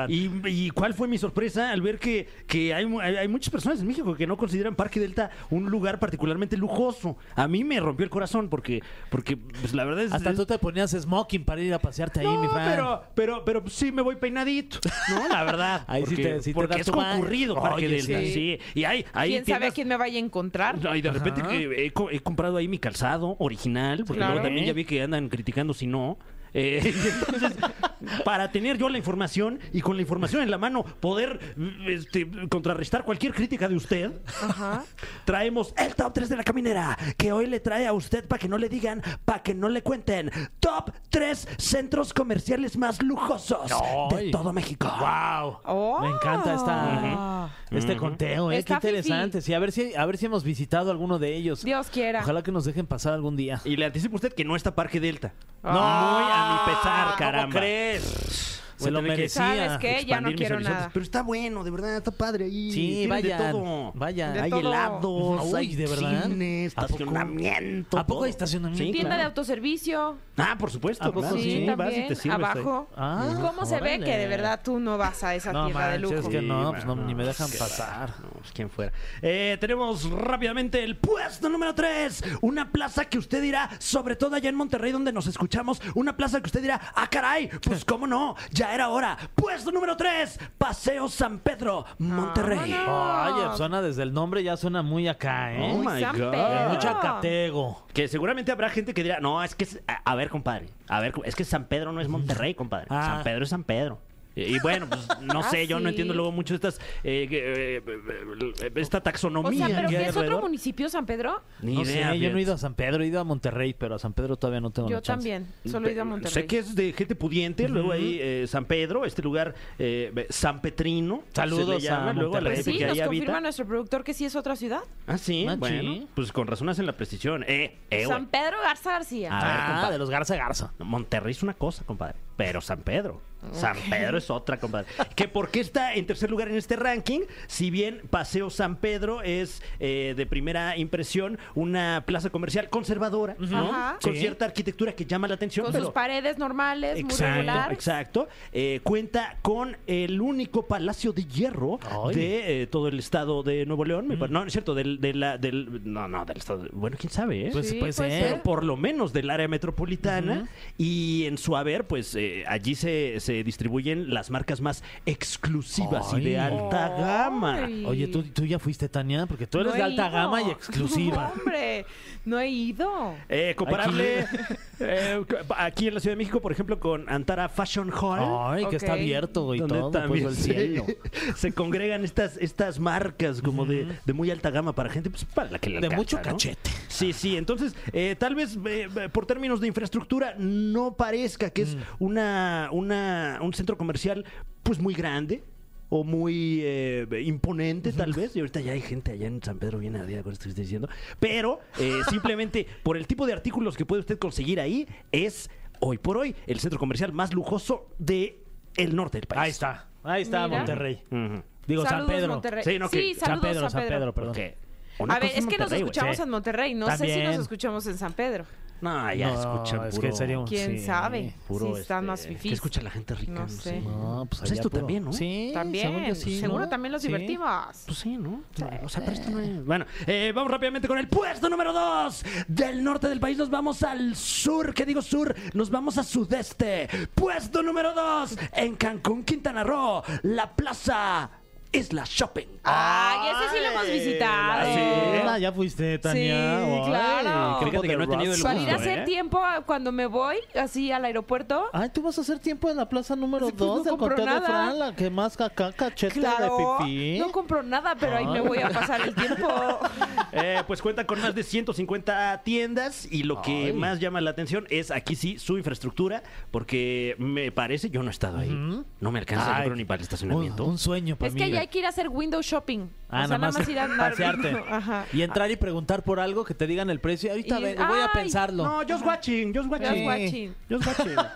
Speaker 3: y, y cuál fue mi sorpresa al ver que, que hay, mu- hay- hay muchas personas en México que no consideran Parque Delta un lugar particularmente lujoso. A mí me rompió el corazón porque, porque pues, la verdad es
Speaker 4: Hasta
Speaker 3: es-
Speaker 4: tú te ponías smoking para ir a pasearte ahí,
Speaker 3: no,
Speaker 4: mi Fran.
Speaker 3: pero, pero, pero sí me voy peinadito, ¿no? La verdad.
Speaker 4: Ahí sí
Speaker 3: porque
Speaker 4: te- sí te
Speaker 3: porque
Speaker 4: da
Speaker 3: es
Speaker 4: tu baño.
Speaker 3: concurrido Parque
Speaker 4: Oye,
Speaker 3: Delta,
Speaker 2: sí.
Speaker 3: sí. Y hay, hay
Speaker 2: ¿Quién sabe a
Speaker 3: tiendas-
Speaker 2: quién me vaya a encontrar?
Speaker 3: no, y de repente que he, co- he comprado ahí mi calzado original, porque
Speaker 2: Claro.
Speaker 3: luego también ya vi que andan criticando si no. Eh, entonces, para tener yo la información y con la información en la mano poder este, contrarrestar cualquier crítica de usted,
Speaker 2: Ajá.
Speaker 3: traemos el top 3 de la caminera, que hoy le trae a usted para que no le digan, para que no le cuenten. Top 3 centros comerciales más lujosos
Speaker 4: ¡Ay!
Speaker 3: de todo México.
Speaker 4: ¡Wow!
Speaker 2: Oh.
Speaker 4: Me encanta esta, este conteo, ¿eh?
Speaker 2: Está
Speaker 4: Qué interesante.
Speaker 2: fifí.
Speaker 4: Sí, a ver si a ver si hemos visitado alguno de ellos.
Speaker 2: Dios quiera.
Speaker 4: Ojalá que nos dejen pasar algún día.
Speaker 3: Y le anticipo a usted que no está Parque Delta.
Speaker 2: Ah.
Speaker 3: No, muy a mi pesar,
Speaker 4: ¿Cómo
Speaker 3: caramba.
Speaker 4: crees?
Speaker 3: Voy
Speaker 4: Se
Speaker 3: a
Speaker 4: lo
Speaker 3: tener que-
Speaker 4: merecía.
Speaker 2: ¿Sabes qué? Ya no
Speaker 3: expandir mis
Speaker 2: quiero
Speaker 3: horizontes.
Speaker 2: nada.
Speaker 3: Pero está bueno, de verdad, está padre ahí.
Speaker 4: Sí,
Speaker 3: Tienen
Speaker 4: vayan.
Speaker 3: De todo.
Speaker 4: Vayan.
Speaker 2: De
Speaker 3: hay
Speaker 2: todo.
Speaker 3: helados,
Speaker 4: Uy,
Speaker 3: hay
Speaker 4: ¿de verdad?
Speaker 3: cine,
Speaker 4: ¿A poco?
Speaker 3: estacionamiento.
Speaker 4: ¿A poco
Speaker 3: todo.
Speaker 4: hay estacionamiento?
Speaker 3: Sí,
Speaker 2: Tienda de
Speaker 3: claro.
Speaker 2: autoservicio.
Speaker 3: Ah, por supuesto.
Speaker 4: ¿A poco
Speaker 3: claro,
Speaker 4: sí?
Speaker 3: sí,
Speaker 2: también,
Speaker 3: vas y te sirves
Speaker 2: abajo.
Speaker 4: Ah,
Speaker 2: ¿Cómo se ve
Speaker 4: órale.
Speaker 2: que de verdad tú no vas a esa
Speaker 4: No
Speaker 2: tierra de
Speaker 4: manches,
Speaker 2: lujo?
Speaker 4: es
Speaker 3: ahí.
Speaker 4: que no,
Speaker 3: Sí,
Speaker 4: pues no,
Speaker 3: bueno,
Speaker 4: ni me dejan
Speaker 3: qué
Speaker 4: pasar.
Speaker 3: raro. No, pues quién fuera. Eh, tenemos rápidamente el puesto número 3. Una plaza que usted dirá, sobre todo allá en Monterrey donde nos escuchamos, una plaza que usted dirá, ah, caray, pues cómo no, ya era hora. Puesto número 3, Paseo San Pedro, Monterrey. Ah.
Speaker 4: Oye, pues suena desde el nombre, ya suena muy acá,
Speaker 3: oh
Speaker 4: ¿eh?
Speaker 2: Muy San Pedro.
Speaker 4: Mucho acatego.
Speaker 3: Que seguramente habrá gente que dirá, no, es que, es- a, a ver, compadre, a ver, es que San Pedro no es Monterrey, compadre.
Speaker 4: Ah.
Speaker 3: San Pedro es San Pedro. Y, y bueno, pues no
Speaker 2: Ah,
Speaker 3: sé, yo
Speaker 2: sí.
Speaker 3: no entiendo luego mucho estas, eh, que, eh, eh, esta
Speaker 2: O
Speaker 3: taxonomía
Speaker 2: sea, pero
Speaker 3: que
Speaker 2: ¿qué
Speaker 3: hay
Speaker 2: es otro
Speaker 3: alrededor.
Speaker 2: municipio, San Pedro?
Speaker 3: Ni
Speaker 4: No
Speaker 3: idea,
Speaker 4: sé, yo no
Speaker 3: fíjate.
Speaker 4: he ido a San Pedro, he ido a Monterrey, pero a San Pedro todavía no tengo la
Speaker 2: Yo
Speaker 4: chance.
Speaker 2: también. Solo he ido a Monterrey.
Speaker 3: Sé que es de gente pudiente, luego ahí eh, San Pedro, este lugar eh, San Petrino.
Speaker 4: Saludos
Speaker 3: se le llama,
Speaker 4: a
Speaker 3: luego a la
Speaker 4: Monterrey.
Speaker 3: gente
Speaker 2: Pues Sí,
Speaker 3: que
Speaker 2: nos
Speaker 3: Pues ahí
Speaker 2: confirma
Speaker 3: habita.
Speaker 2: nuestro productor que sí es otra ciudad.
Speaker 3: Ah, sí,
Speaker 4: Ah,
Speaker 3: bueno,
Speaker 4: sí.
Speaker 3: pues con razón hacen la precisión. Eh, eh, güey.
Speaker 2: San Pedro Garza García.
Speaker 3: A ver,
Speaker 4: Ah,
Speaker 3: compadre.
Speaker 4: de los Garza Garza.
Speaker 3: Monterrey es una cosa, compadre, pero San Pedro. San Pedro es otra, compadre. ¿Que ¿Por qué está en tercer lugar en este ranking? Si bien Paseo San Pedro es eh, de primera impresión una plaza comercial conservadora, ¿no?
Speaker 2: Ajá.
Speaker 3: con
Speaker 4: Sí.
Speaker 3: cierta arquitectura que llama la atención.
Speaker 2: Con
Speaker 3: pero-
Speaker 2: sus paredes normales, muy
Speaker 3: Exacto,
Speaker 2: regular.
Speaker 3: exacto. Eh, cuenta con el único palacio de hierro
Speaker 4: Ay. Mm.
Speaker 3: de eh, todo el estado de Nuevo León. me pare- No, no es cierto, del, de la- del- no, no, del estado. de- bueno, quién sabe, ¿eh?
Speaker 4: Pues
Speaker 2: Sí,
Speaker 4: puede
Speaker 2: puede
Speaker 4: ser.
Speaker 2: ser.
Speaker 3: pero por lo menos del área metropolitana. Y en su haber, pues eh, allí se, se distribuyen las marcas más exclusivas
Speaker 4: Ay.
Speaker 3: y de alta gama.
Speaker 2: Ay.
Speaker 4: Oye, ¿tú, tú ya fuiste, Tania, porque tú
Speaker 2: No
Speaker 4: eres
Speaker 2: he
Speaker 4: de alta
Speaker 2: ido.
Speaker 4: gama y exclusiva.
Speaker 2: No, hombre, no he ido.
Speaker 3: Eh, comparable eh, aquí en la Ciudad de México, por ejemplo, con Antara Fashion Hall.
Speaker 4: Ay, que está
Speaker 2: Ok.
Speaker 4: abierto y
Speaker 3: donde
Speaker 4: todo,
Speaker 3: también
Speaker 4: pues el
Speaker 3: se-
Speaker 4: cielo.
Speaker 3: se congregan estas, estas marcas como de, de muy alta gama para gente, pues para la que le
Speaker 4: De
Speaker 3: alcanza,
Speaker 4: mucho
Speaker 3: ¿no?
Speaker 4: cachete.
Speaker 3: Sí, sí, entonces eh, tal vez eh, eh, por términos de infraestructura no parezca que
Speaker 4: Mm.
Speaker 3: es una, una, un centro comercial pues muy grande o muy eh, imponente tal vez, y ahorita ya hay gente allá en San Pedro bien ardida con esto que estoy diciendo, pero eh, simplemente por el tipo de artículos que puede usted conseguir ahí es hoy por hoy el centro comercial más lujoso de el norte del país.
Speaker 4: Ahí está, ahí está
Speaker 2: Mira.
Speaker 4: Monterrey.
Speaker 3: Ujú.
Speaker 4: Digo,
Speaker 2: Saludos,
Speaker 4: San Pedro.
Speaker 2: Monterrey.
Speaker 3: Sí, no, que-
Speaker 2: sí, saludos,
Speaker 4: San Pedro, San Pedro, perdón.
Speaker 3: Porque una
Speaker 2: A ver,
Speaker 3: cosa
Speaker 2: es que nos
Speaker 3: Monterrey, güey.
Speaker 2: escuchamos
Speaker 4: sí.
Speaker 2: en Monterrey. No sé si
Speaker 4: También.
Speaker 2: nos escuchamos en San Pedro.
Speaker 3: No, ya
Speaker 4: No,
Speaker 3: escuchan
Speaker 4: es
Speaker 3: puro-
Speaker 4: que sería un-
Speaker 2: ¿Quién
Speaker 4: Sí,
Speaker 2: sabe?
Speaker 3: puro,
Speaker 2: si están
Speaker 3: este,
Speaker 2: más
Speaker 3: ¿qué
Speaker 2: fifís.
Speaker 3: escucha la gente rica?
Speaker 2: No sé.
Speaker 4: No, pues
Speaker 3: Pues
Speaker 4: allá
Speaker 3: esto
Speaker 4: puro.
Speaker 3: también, ¿no?
Speaker 4: Sí, según
Speaker 2: También,
Speaker 4: yo sí,
Speaker 2: seguro
Speaker 4: ¿no?
Speaker 2: también los
Speaker 4: Sí.
Speaker 2: divertimos.
Speaker 3: Pues sí, ¿no? O sea, pero esto no es- Bueno, eh, vamos rápidamente con el puesto número 2. Del norte del país nos vamos al sur. ¿Qué digo sur? Nos vamos a sudeste. Puesto número 2. En Cancún, Quintana Roo. La plaza Isla Shopping.
Speaker 2: Ay, ese sí lo hemos visitado.
Speaker 4: Ah, ya fuiste, Tania.
Speaker 2: Sí,
Speaker 4: Ay,
Speaker 2: claro.
Speaker 4: creo
Speaker 3: Fíjate que no he tenido el gusto.
Speaker 2: Para ir a hacer
Speaker 3: ¿eh?
Speaker 2: tiempo a- cuando me voy así al aeropuerto.
Speaker 4: Ay, tú vas a hacer tiempo en la plaza número
Speaker 2: Sí, pues,
Speaker 4: 2
Speaker 2: no
Speaker 4: del
Speaker 2: compro
Speaker 4: conteo de
Speaker 2: nada.
Speaker 4: Fran, la que más caca, cachete
Speaker 2: Claro.
Speaker 4: de pipí.
Speaker 2: No compro nada, pero ahí me voy a pasar el tiempo.
Speaker 3: Eh, pues cuenta con más de 150 tiendas y lo que más llama la atención es aquí sí su infraestructura, porque me parece, yo no he estado ahí, no me alcanza yo
Speaker 4: Ay.
Speaker 3: creo, ni para el
Speaker 4: un,
Speaker 3: estacionamiento.
Speaker 4: Oh, un sueño para
Speaker 2: es
Speaker 4: mí.
Speaker 2: que ya hay que ir a hacer window shopping.
Speaker 4: Pues Ah,
Speaker 2: o sea,
Speaker 4: nada más,
Speaker 2: ir a andar
Speaker 4: pasearte.
Speaker 2: viendo. Ajá.
Speaker 4: Y entrar y preguntar por algo que te digan el precio. Ahorita
Speaker 2: Y-
Speaker 4: vengo, voy a
Speaker 2: ay,
Speaker 4: pensarlo.
Speaker 3: No, just watching, just watching.
Speaker 2: Just watching.
Speaker 3: Just watching.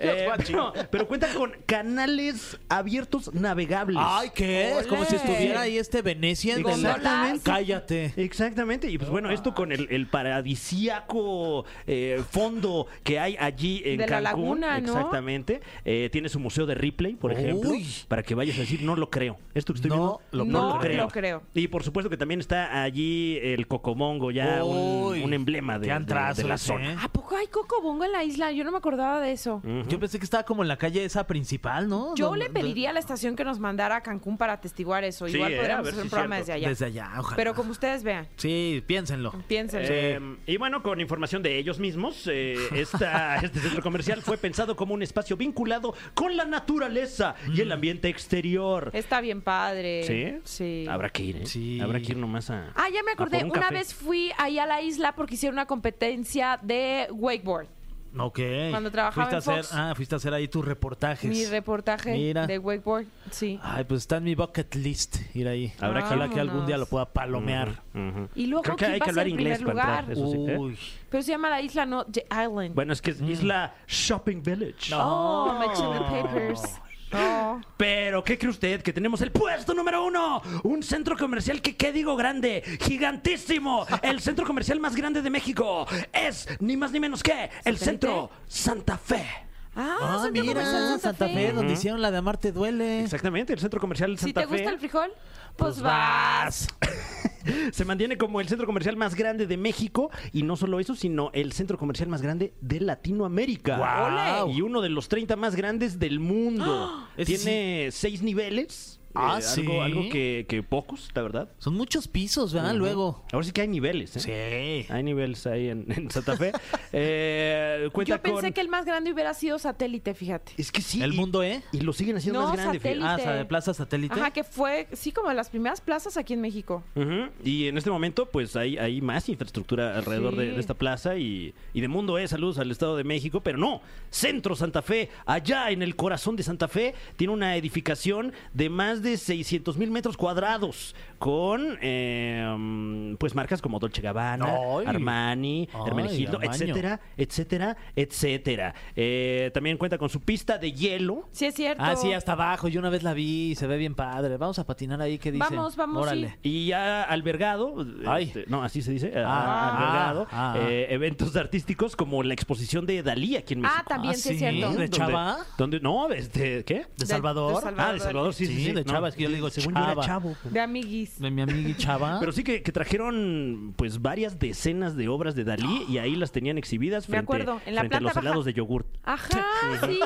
Speaker 3: Eh, pero, pero cuenta con canales abiertos navegables.
Speaker 4: Ay, ¿qué? Es como si
Speaker 2: Ole.
Speaker 4: estuviera ahí este Venecia en
Speaker 3: Exactamente.
Speaker 4: Venecia. Cállate.
Speaker 3: Exactamente, y pues bueno, esto con el, el paradisíaco eh, fondo que hay allí en
Speaker 2: De la
Speaker 3: Cancún.
Speaker 2: laguna, ¿no?
Speaker 3: Exactamente. Eh, tiene su museo de Ripley, por ejemplo,
Speaker 4: Uy.
Speaker 3: para que vayas a decir, no lo creo. Esto que estoy
Speaker 4: No
Speaker 3: viendo,
Speaker 2: lo No creo. lo creo.
Speaker 3: Y por supuesto que también está allí el Cocomongo, ya un,
Speaker 4: Uy.
Speaker 3: un emblema de,
Speaker 4: Qué
Speaker 3: de-
Speaker 4: antrazos,
Speaker 3: de la
Speaker 4: ¿eh?
Speaker 3: zona.
Speaker 2: ¿A poco hay Coco Bongo en la isla? Yo no me acordaba de eso.
Speaker 4: Yo pensé que estaba como en la calle esa principal, ¿no?
Speaker 2: Yo
Speaker 4: Donde-
Speaker 2: le pediría a la estación que nos mandara a Cancún para atestiguar eso.
Speaker 3: Sí,
Speaker 2: Igual
Speaker 3: eh, a
Speaker 2: podríamos
Speaker 3: ver
Speaker 2: hacer
Speaker 3: si
Speaker 2: un
Speaker 3: es
Speaker 2: programa
Speaker 3: cierto.
Speaker 2: desde allá.
Speaker 4: Desde allá, ojalá.
Speaker 2: Pero como ustedes vean,
Speaker 4: Sí, piénsenlo.
Speaker 2: piénsenlo.
Speaker 3: Eh, y bueno, con información de ellos mismos, eh, esta- este centro comercial fue pensado como un espacio vinculado con la naturaleza y
Speaker 2: Mm.
Speaker 3: el ambiente exterior.
Speaker 2: Está bien padre.
Speaker 3: ¿Sí?
Speaker 2: Sí.
Speaker 3: Habrá que ir, ¿eh?
Speaker 4: Sí.
Speaker 3: Habrá que ir nomás a.
Speaker 2: Ah, ya me
Speaker 3: a por
Speaker 2: acordé.
Speaker 3: un
Speaker 2: Una
Speaker 3: café.
Speaker 2: vez fui ahí a la isla porque hicieron una competencia de wakeboard.
Speaker 4: Ok.
Speaker 2: Mm. Cuando trabajaba
Speaker 4: fuiste
Speaker 2: en
Speaker 4: a hacer,
Speaker 2: Fox.
Speaker 4: Ah, fuiste a hacer ahí tus reportajes.
Speaker 2: Mi reportaje
Speaker 4: Mira.
Speaker 2: de wakeboard. Sí.
Speaker 4: Ay, pues está en mi bucket list ir ahí.
Speaker 3: Habrá que-
Speaker 4: Ojalá que algún día lo
Speaker 2: Vámonos.
Speaker 4: pueda palomear.
Speaker 3: Ujú.
Speaker 2: Y luego,
Speaker 3: Creo que
Speaker 2: ¿quién
Speaker 3: hay
Speaker 2: va
Speaker 3: que
Speaker 2: a ser
Speaker 3: hablar
Speaker 2: el
Speaker 3: inglés
Speaker 2: primer
Speaker 3: para entrar.
Speaker 2: lugar?
Speaker 3: Eso sí, ¿eh?
Speaker 4: Uy.
Speaker 2: Pero se llama la isla, no The Island.
Speaker 3: Bueno, es que es Isla Shopping Village.
Speaker 2: Oh, I'm actually papers. Oh.
Speaker 3: Pero, ¿qué cree usted? Que tenemos el puesto número uno. Un centro comercial que, ¿qué digo? Grande, gigantísimo. El centro comercial más grande de México. Es, ni más ni menos que, el
Speaker 2: ¿Satélite?
Speaker 3: centro Santa Fe.
Speaker 2: Ah,
Speaker 4: Ah,
Speaker 2: Centro
Speaker 4: mira,
Speaker 2: Comercial
Speaker 4: Santa, Fe, donde hicieron la de Amarte Duele.
Speaker 3: Exactamente, el centro comercial
Speaker 2: Si
Speaker 3: Santa
Speaker 2: te
Speaker 3: Fe.
Speaker 2: gusta el frijol, pues vas.
Speaker 3: Se mantiene como el centro comercial más grande de México y no solo eso, sino el centro comercial más grande de Latinoamérica.
Speaker 4: ¡Guau! ¡Ole!
Speaker 3: Y uno de los 30 más grandes del mundo.
Speaker 4: Ese
Speaker 3: Tiene seis niveles. Eh,
Speaker 4: Ah, sí.
Speaker 3: Algo, algo que, que pocos, la verdad.
Speaker 4: Son muchos pisos, ¿verdad? Luego.
Speaker 3: Ahora sí que hay niveles. ¿eh?
Speaker 4: Sí.
Speaker 3: Hay niveles ahí en, en Santa Fe. Eh, cuenta
Speaker 2: Yo pensé
Speaker 3: con-
Speaker 2: que el más grande hubiera sido satélite, fíjate.
Speaker 3: Es que sí.
Speaker 4: El
Speaker 3: y-
Speaker 4: mundo, ¿eh?
Speaker 3: Y lo siguen haciendo
Speaker 2: No,
Speaker 3: más grande. fíjate.
Speaker 2: satélite.
Speaker 4: Ah, o sea, de Plaza Satélite.
Speaker 2: Ajá, que fue, sí, como de las primeras plazas aquí en México.
Speaker 3: Ujú, Y en este momento, pues hay, hay más infraestructura alrededor de,
Speaker 2: Sí.
Speaker 3: de esta plaza y, y de mundo, ¿eh? Saludos al Estado de México, pero no, Centro Santa Fe, allá en el corazón de Santa Fe, tiene una edificación de más de 600 mil metros cuadrados con, eh, pues, marcas como Dolce Gabbana,
Speaker 4: Ay.
Speaker 3: Armani,
Speaker 4: Ay,
Speaker 3: Hermenegildo,
Speaker 4: amaño.
Speaker 3: etcétera, etcétera, etcétera. Eh, también cuenta con su pista de hielo.
Speaker 2: Sí, es cierto.
Speaker 4: Ah, sí, hasta abajo. Yo una vez la vi y se ve bien padre. Vamos a patinar ahí, ¿qué dice?
Speaker 2: Vamos, vamos,
Speaker 4: Órale.
Speaker 2: sí.
Speaker 3: Y ya albergado,
Speaker 4: Ay.
Speaker 3: este, no, así se dice,
Speaker 4: Ah,
Speaker 3: albergado,
Speaker 4: ah, ah.
Speaker 3: eh, eventos artísticos como la exposición de Dalí aquí en México.
Speaker 2: Ah, también, sí, es
Speaker 4: Ah, sí.
Speaker 2: cierto.
Speaker 4: ¿De
Speaker 3: Donde-
Speaker 4: Chava?
Speaker 3: donde- no, este, ¿qué?
Speaker 4: ¿De Salvador?
Speaker 2: de Salvador.
Speaker 3: Ah, de Salvador, sí, sí,
Speaker 4: Sí,
Speaker 3: sí,
Speaker 4: de
Speaker 3: no,
Speaker 4: Chava, es que yo le digo,
Speaker 3: según yo era
Speaker 4: Chava.
Speaker 3: chavo.
Speaker 2: De amiguis.
Speaker 4: De mi amiga Chava.
Speaker 2: Este
Speaker 3: Pero sí que, que trajeron pues varias decenas de obras de Dalí y ahí las tenían exhibidas
Speaker 2: Me
Speaker 3: frente,
Speaker 2: acuerdo, en la
Speaker 3: frente
Speaker 2: planta
Speaker 3: a los
Speaker 2: baja.
Speaker 3: helados de yogurt.
Speaker 2: Ajá, sí.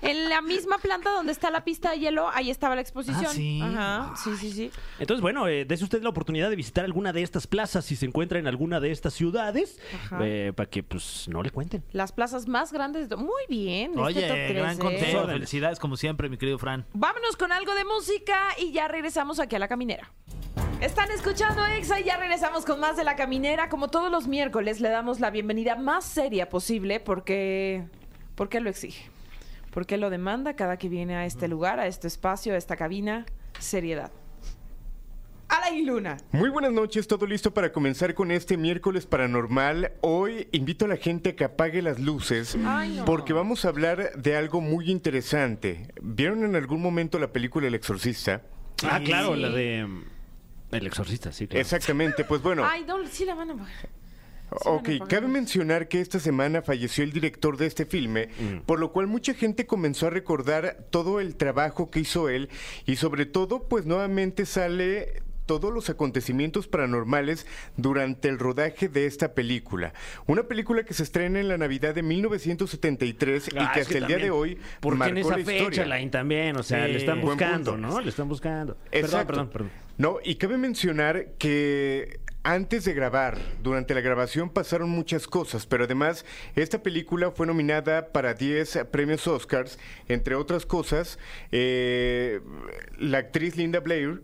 Speaker 2: En la misma planta donde está la pista de hielo, ahí estaba la exposición.
Speaker 4: Ah, sí.
Speaker 2: Ajá, sí, sí, sí.
Speaker 3: Entonces, bueno, eh, dese usted la oportunidad de visitar alguna de estas plazas si se encuentra en alguna de estas ciudades
Speaker 2: Ajá.
Speaker 3: eh, para que pues no le cuenten.
Speaker 2: Las plazas más grandes. de- Muy bien. este
Speaker 4: Oye,
Speaker 2: top tres,
Speaker 4: gran
Speaker 2: ¿eh?
Speaker 4: conteo.
Speaker 3: Órale.
Speaker 4: Felicidades, como siempre, mi querido Fran.
Speaker 2: Vámonos con algo de música y ya regresamos aquí a la caminera. Están escuchando Exa y ya regresamos con más de la caminera. Como todos los miércoles, le damos la bienvenida más seria posible porque. porque lo exige. Porque lo demanda cada que viene a este lugar, a este espacio, a esta cabina. Seriedad. Alain Luna.
Speaker 7: Muy buenas noches, todo listo para comenzar con este miércoles paranormal. Hoy invito a la gente a que apague las luces
Speaker 2: Ay, no.
Speaker 7: porque vamos a hablar de algo muy interesante. ¿Vieron en algún momento la película El Exorcista?
Speaker 3: Ah, claro,
Speaker 2: Sí.
Speaker 3: la de mm, El Exorcista, sí, claro.
Speaker 7: Exactamente, pues bueno.
Speaker 2: Ay, no, sí la van a pagar. van a
Speaker 7: Ok,
Speaker 2: pagar.
Speaker 7: cabe mencionar que esta semana falleció el director de este filme,
Speaker 3: Mm.
Speaker 7: por lo cual mucha gente comenzó a recordar todo el trabajo que hizo él y sobre todo pues nuevamente sale todos los acontecimientos paranormales durante el rodaje de esta película. Una película que se estrena en la Navidad de 1973 y
Speaker 3: Ah,
Speaker 7: que
Speaker 3: es
Speaker 7: hasta el día
Speaker 3: también,
Speaker 7: de hoy
Speaker 3: ¿Por qué en
Speaker 7: marcó
Speaker 3: esa
Speaker 7: la
Speaker 3: fecha,
Speaker 7: historia.
Speaker 3: Lain, también? O sea,
Speaker 7: Sí.
Speaker 3: le están
Speaker 7: Buen
Speaker 3: buscando,
Speaker 7: punto.
Speaker 3: ¿no? Le están buscando.
Speaker 7: Exacto.
Speaker 3: Perdón, perdón,
Speaker 7: No, y cabe mencionar que antes de grabar, durante la grabación pasaron muchas cosas, pero además esta película fue nominada para 10 premios Oscars, entre otras cosas, eh, la actriz Linda Blair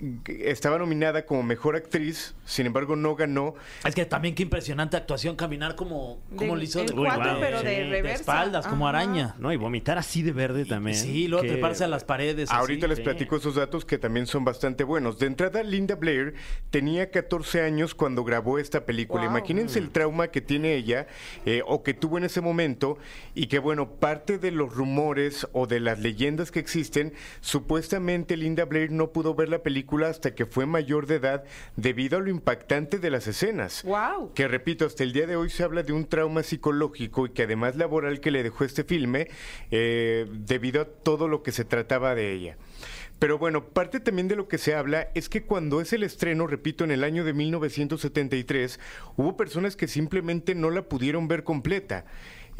Speaker 7: eh, estaba nominada como mejor actriz, sin embargo no ganó.
Speaker 4: Es que también qué impresionante actuación, caminar como, como
Speaker 2: De-
Speaker 4: lo hizo
Speaker 2: en
Speaker 4: de,
Speaker 2: cuatro,
Speaker 3: Uy, wow.
Speaker 2: pero de reversa.
Speaker 4: espaldas, como
Speaker 2: Ajá.
Speaker 4: araña.
Speaker 3: No, y vomitar así de verde también.
Speaker 4: Sí, luego
Speaker 3: Qué-
Speaker 4: treparse a las paredes. así.
Speaker 7: Ahorita les platico esos datos que también son bastante buenos. De entrada, Linda Blair tenía 14 años cuando grabó esta película.
Speaker 2: Guau.
Speaker 7: Imagínense el trauma que tiene ella eh, o que tuvo en ese momento y que, bueno, parte de los rumores o de las leyendas que existen, supuestamente Linda Blair no pudo ver la película hasta que fue mayor de edad debido a lo impactante de las escenas.
Speaker 2: Guau.
Speaker 7: Que repito, hasta el día de hoy se habla de un trauma psicológico y que además laboral que le dejó este filme eh, debido a todo lo que se trataba de ella. Pero bueno, parte también de lo que se habla es que cuando es el estreno, repito, en el año de 1973, hubo personas que simplemente no la pudieron ver completa.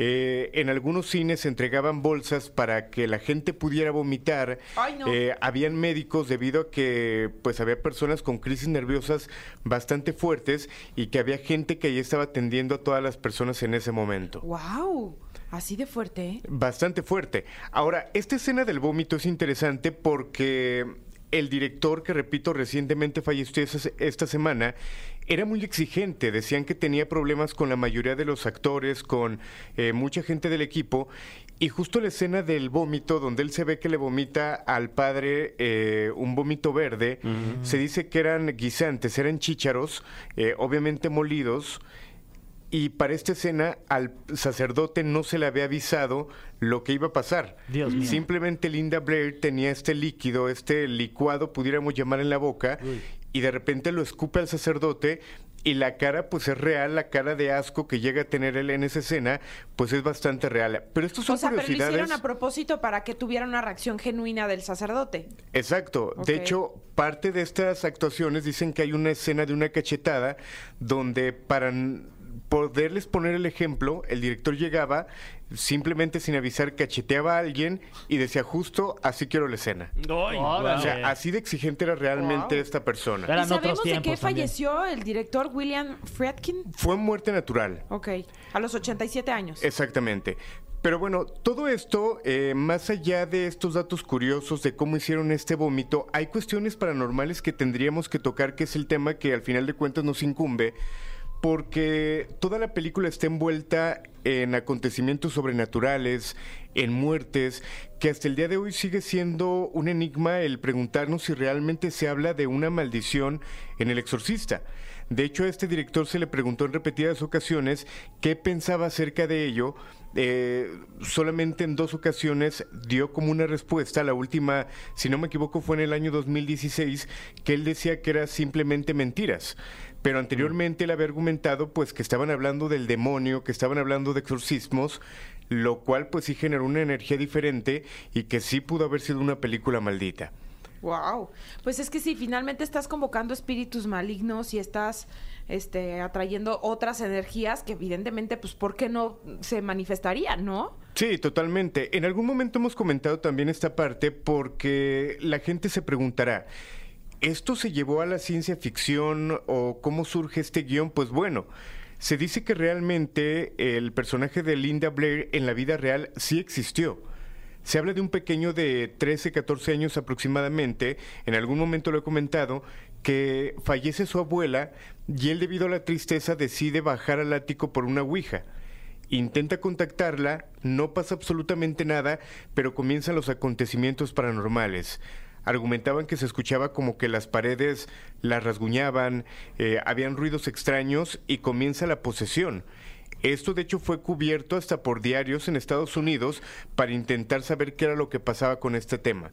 Speaker 7: Eh, en algunos cines se entregaban bolsas para que la gente pudiera vomitar.
Speaker 2: Ay, no.
Speaker 7: Eh, habían médicos debido a que pues había personas con crisis nerviosas bastante fuertes y que había gente que ahí estaba atendiendo a todas las personas en ese momento.
Speaker 2: Wow, así de fuerte. ¿eh?
Speaker 7: Bastante fuerte. Ahora, esta escena del vómito es interesante porque el director, que repito, recientemente falleció esa- esta semana, era muy exigente. Decían que tenía problemas con la mayoría de los actores, con eh, mucha gente del equipo. Y justo la escena del vómito, donde él se ve que le vomita al padre eh, un vómito verde, se dice que eran guisantes, eran chícharos, eh, obviamente molidos. Y para esta escena al sacerdote no se le había avisado lo que iba a pasar.
Speaker 3: Dios mío.
Speaker 7: Simplemente Linda Blair tenía este líquido, este licuado, pudiéramos llamar en la boca, y de repente lo escupe al sacerdote y la cara pues es real, la cara de asco que llega a tener él en esa escena pues es bastante real. Pero estos son
Speaker 2: O sea, pero lo
Speaker 7: curiosidades.
Speaker 2: hicieron a propósito para que tuviera una reacción genuina del sacerdote.
Speaker 7: Exacto.
Speaker 2: Ok.
Speaker 7: De hecho, parte de estas actuaciones dicen que hay una escena de una cachetada donde para n- poderles poner el ejemplo, el director llegaba simplemente sin avisar, cacheteaba a alguien y decía justo así quiero la escena.
Speaker 3: Ay,
Speaker 7: O
Speaker 3: wow.
Speaker 7: sea, así de exigente era realmente
Speaker 2: Wow.
Speaker 7: esta persona.
Speaker 4: Eran
Speaker 2: ¿Y
Speaker 4: otros
Speaker 2: sabemos de qué
Speaker 4: tiempos también.
Speaker 2: falleció el director William Friedkin?
Speaker 7: Fue muerte natural.
Speaker 2: Ok, a los 87 años.
Speaker 7: Exactamente. Pero bueno, todo esto, eh, más allá de estos datos curiosos de cómo hicieron este vómito, hay cuestiones paranormales que tendríamos que tocar, que es el tema que al final de cuentas nos incumbe, porque toda la película está envuelta en acontecimientos sobrenaturales, en muertes, que hasta el día de hoy sigue siendo un enigma el preguntarnos si realmente se habla de una maldición en El Exorcista. De hecho, a este director se le preguntó en repetidas ocasiones qué pensaba acerca de ello. Eh, solamente en dos ocasiones dio como una respuesta. La última, si no me equivoco, fue en el año 2016, que él decía que era simplemente mentiras. Pero anteriormente él había argumentado pues que estaban hablando del demonio, que estaban hablando de exorcismos, lo cual pues sí generó una energía diferente y que sí pudo haber sido una película maldita.
Speaker 2: Wow. Pues es que si finalmente estás convocando espíritus malignos y estás este, atrayendo otras energías que evidentemente, pues, ¿por qué no se manifestaría, no?
Speaker 7: Sí, totalmente. En algún momento hemos comentado también esta parte porque la gente se preguntará, ¿esto se llevó a la ciencia ficción o cómo surge este guión? Pues bueno, se dice que realmente el personaje de Linda Blair en la vida real sí existió. Se habla de un pequeño de 13, 14 años aproximadamente, en algún momento lo he comentado, que fallece su abuela y él debido a la tristeza decide bajar al ático por una ouija. Intenta contactarla, no pasa absolutamente nada, pero comienzan los acontecimientos paranormales. Argumentaban que se escuchaba como que las paredes las rasguñaban, eh, habían ruidos extraños y comienza la posesión. Esto de hecho fue cubierto hasta por diarios en Estados Unidos para intentar saber qué era lo que pasaba con este tema.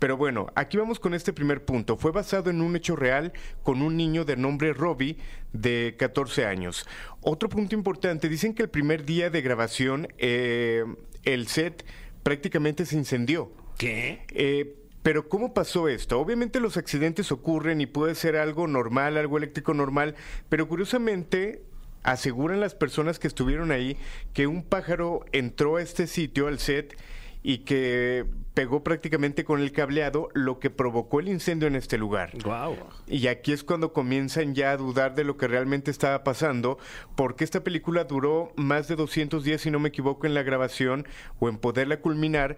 Speaker 7: Pero bueno, aquí vamos con este primer punto. Fue basado en un hecho real con un niño de nombre Robbie de 14 años. Otro punto importante, dicen que el primer día de grabación eh, el set prácticamente se incendió.
Speaker 3: ¿Qué?
Speaker 7: Eh, Pero ¿cómo pasó esto? Obviamente los accidentes ocurren y puede ser algo normal, algo eléctrico normal, pero curiosamente aseguran las personas que estuvieron ahí que un pájaro entró a este sitio, al set, y que pegó prácticamente con el cableado lo que provocó el incendio en este lugar.
Speaker 3: Wow.
Speaker 7: Y aquí es cuando comienzan ya a dudar de lo que realmente estaba pasando, porque esta película duró más de 200 días, si no me equivoco, en la grabación o en poderla culminar.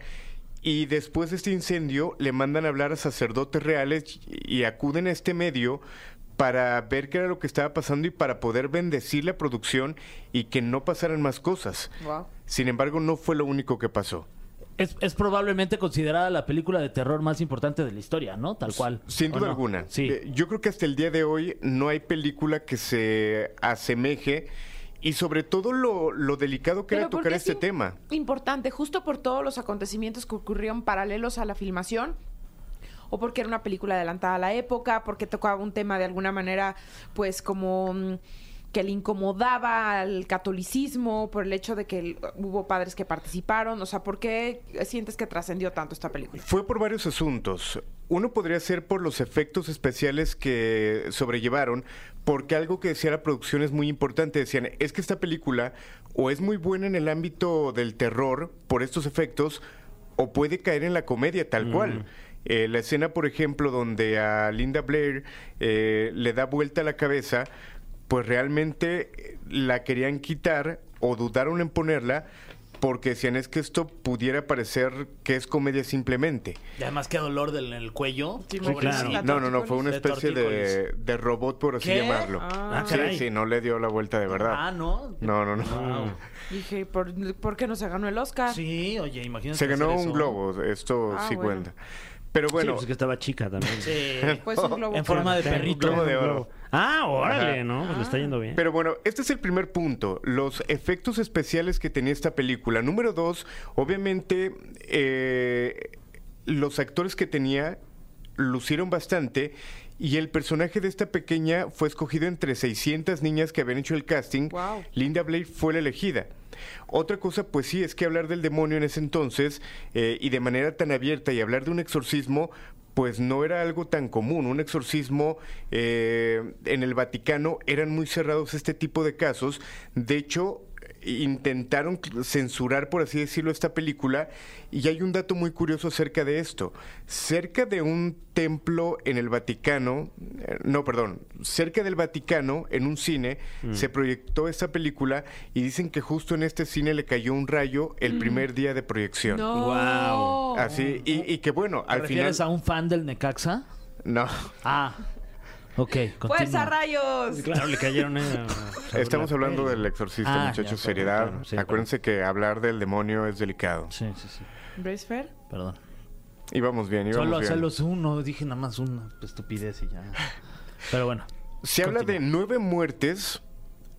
Speaker 7: Y después de este incendio le mandan a hablar a sacerdotes reales y acuden a este medio para ver qué era lo que estaba pasando y para poder bendecir la producción y que no pasaran más cosas.
Speaker 2: Wow.
Speaker 7: Sin embargo, no fue lo único que pasó.
Speaker 4: Es, es probablemente considerada la película de terror más importante de la historia, ¿no? Tal cual.
Speaker 7: Sin
Speaker 4: ¿o
Speaker 7: duda
Speaker 4: no?
Speaker 7: alguna.
Speaker 4: Sí.
Speaker 7: Eh, Yo creo que hasta el día de hoy no hay película que se asemeje y sobre todo lo, lo delicado que
Speaker 2: Pero
Speaker 7: era
Speaker 2: ¿por
Speaker 7: tocar
Speaker 2: qué
Speaker 7: este
Speaker 2: es
Speaker 7: tema.
Speaker 2: Importante, justo por todos los acontecimientos que ocurrieron paralelos a la filmación. O porque era una película adelantada a la época, porque tocaba un tema de alguna manera, pues como mm, que le incomodaba al catolicismo por el hecho de que el- hubo padres que participaron. O sea, ¿por qué sientes que trascendió tanto esta película?
Speaker 7: Fue por varios asuntos. Uno podría ser por los efectos especiales que sobrellevaron, porque algo que decía la producción es muy importante. Decían, es que esta película o es muy buena en el ámbito del terror por estos efectos, o puede caer en la comedia tal cual. Eh, la escena, por ejemplo, donde a Linda Blair eh, le da vuelta la cabeza, pues realmente eh, la querían quitar o dudaron en ponerla porque decían es que esto pudiera parecer que es comedia simplemente.
Speaker 4: Y además, qué dolor del, en el cuello.
Speaker 3: claro.
Speaker 2: La
Speaker 7: No, no, no, fue una
Speaker 4: De
Speaker 7: especie de,
Speaker 4: tortícolis.
Speaker 7: de robot, por así
Speaker 4: ¿Qué?
Speaker 7: llamarlo.
Speaker 2: Ah.
Speaker 3: Ah,
Speaker 7: sí,
Speaker 3: caray.
Speaker 7: sí, no le dio la vuelta de
Speaker 4: Ah,
Speaker 7: verdad.
Speaker 4: ¿no?
Speaker 7: No, no, no.
Speaker 2: Dije, ¿por, por qué no se ganó el Oscar?
Speaker 4: Sí, oye, imagínate.
Speaker 7: Se
Speaker 4: hacer
Speaker 7: ganó
Speaker 4: eso.
Speaker 7: un globo, esto
Speaker 2: Ah,
Speaker 7: sí
Speaker 2: bueno.
Speaker 7: cuenta. Pero
Speaker 3: Bueno,
Speaker 7: bueno,
Speaker 3: pues que estaba chica también.
Speaker 4: Sí.
Speaker 2: Pues un globo.
Speaker 4: En forma de perrito.
Speaker 7: globo de oro.
Speaker 3: Ah, órale,
Speaker 7: Ajá.
Speaker 3: ¿no? Pues le está yendo bien.
Speaker 7: Pero bueno, este es el primer punto, los efectos especiales que tenía esta película. Número dos, obviamente, eh, los actores que tenía lucieron bastante y el personaje de esta pequeña fue escogido entre 600 niñas que habían hecho el casting.
Speaker 2: Guau.
Speaker 7: Linda Blair fue la elegida. Otra cosa, pues sí, es que hablar del demonio en ese entonces eh, y de manera tan abierta y hablar de un exorcismo, pues no era algo tan común. Un exorcismo eh, en el Vaticano eran muy cerrados este tipo de casos. De hecho, intentaron cl- censurar, por así decirlo, esta película. Y hay un dato muy curioso acerca de esto. Cerca de un templo en el Vaticano, eh, no, perdón, cerca del Vaticano, en un cine,
Speaker 4: Mm.
Speaker 7: se proyectó esta película y dicen que justo en este cine le cayó un rayo el primer día de proyección.
Speaker 2: No.
Speaker 3: Guau.
Speaker 7: Así, y, y que bueno,
Speaker 4: ¿Te
Speaker 7: al final...
Speaker 4: refieres a un fan del Necaxa?
Speaker 7: No,
Speaker 4: Ah. Pues, Ok, continúa.
Speaker 2: ¡Fuerza, rayos!
Speaker 3: Claro, le cayeron. eh, a-
Speaker 7: estamos
Speaker 3: a-
Speaker 7: hablando del exorcista,
Speaker 4: Ah,
Speaker 7: muchachos,
Speaker 4: ya, perdón,
Speaker 7: seriedad.
Speaker 4: claro, sí,
Speaker 7: Acuérdense que hablar del demonio es delicado.
Speaker 4: Sí, sí, sí.
Speaker 2: ¿Ves, Fer?
Speaker 4: Perdón.
Speaker 7: Íbamos bien, íbamos
Speaker 4: Solo,
Speaker 7: bien.
Speaker 4: solo es uno, dije nada más una estupidez y ya. Pero bueno.
Speaker 7: Se habla de nueve muertes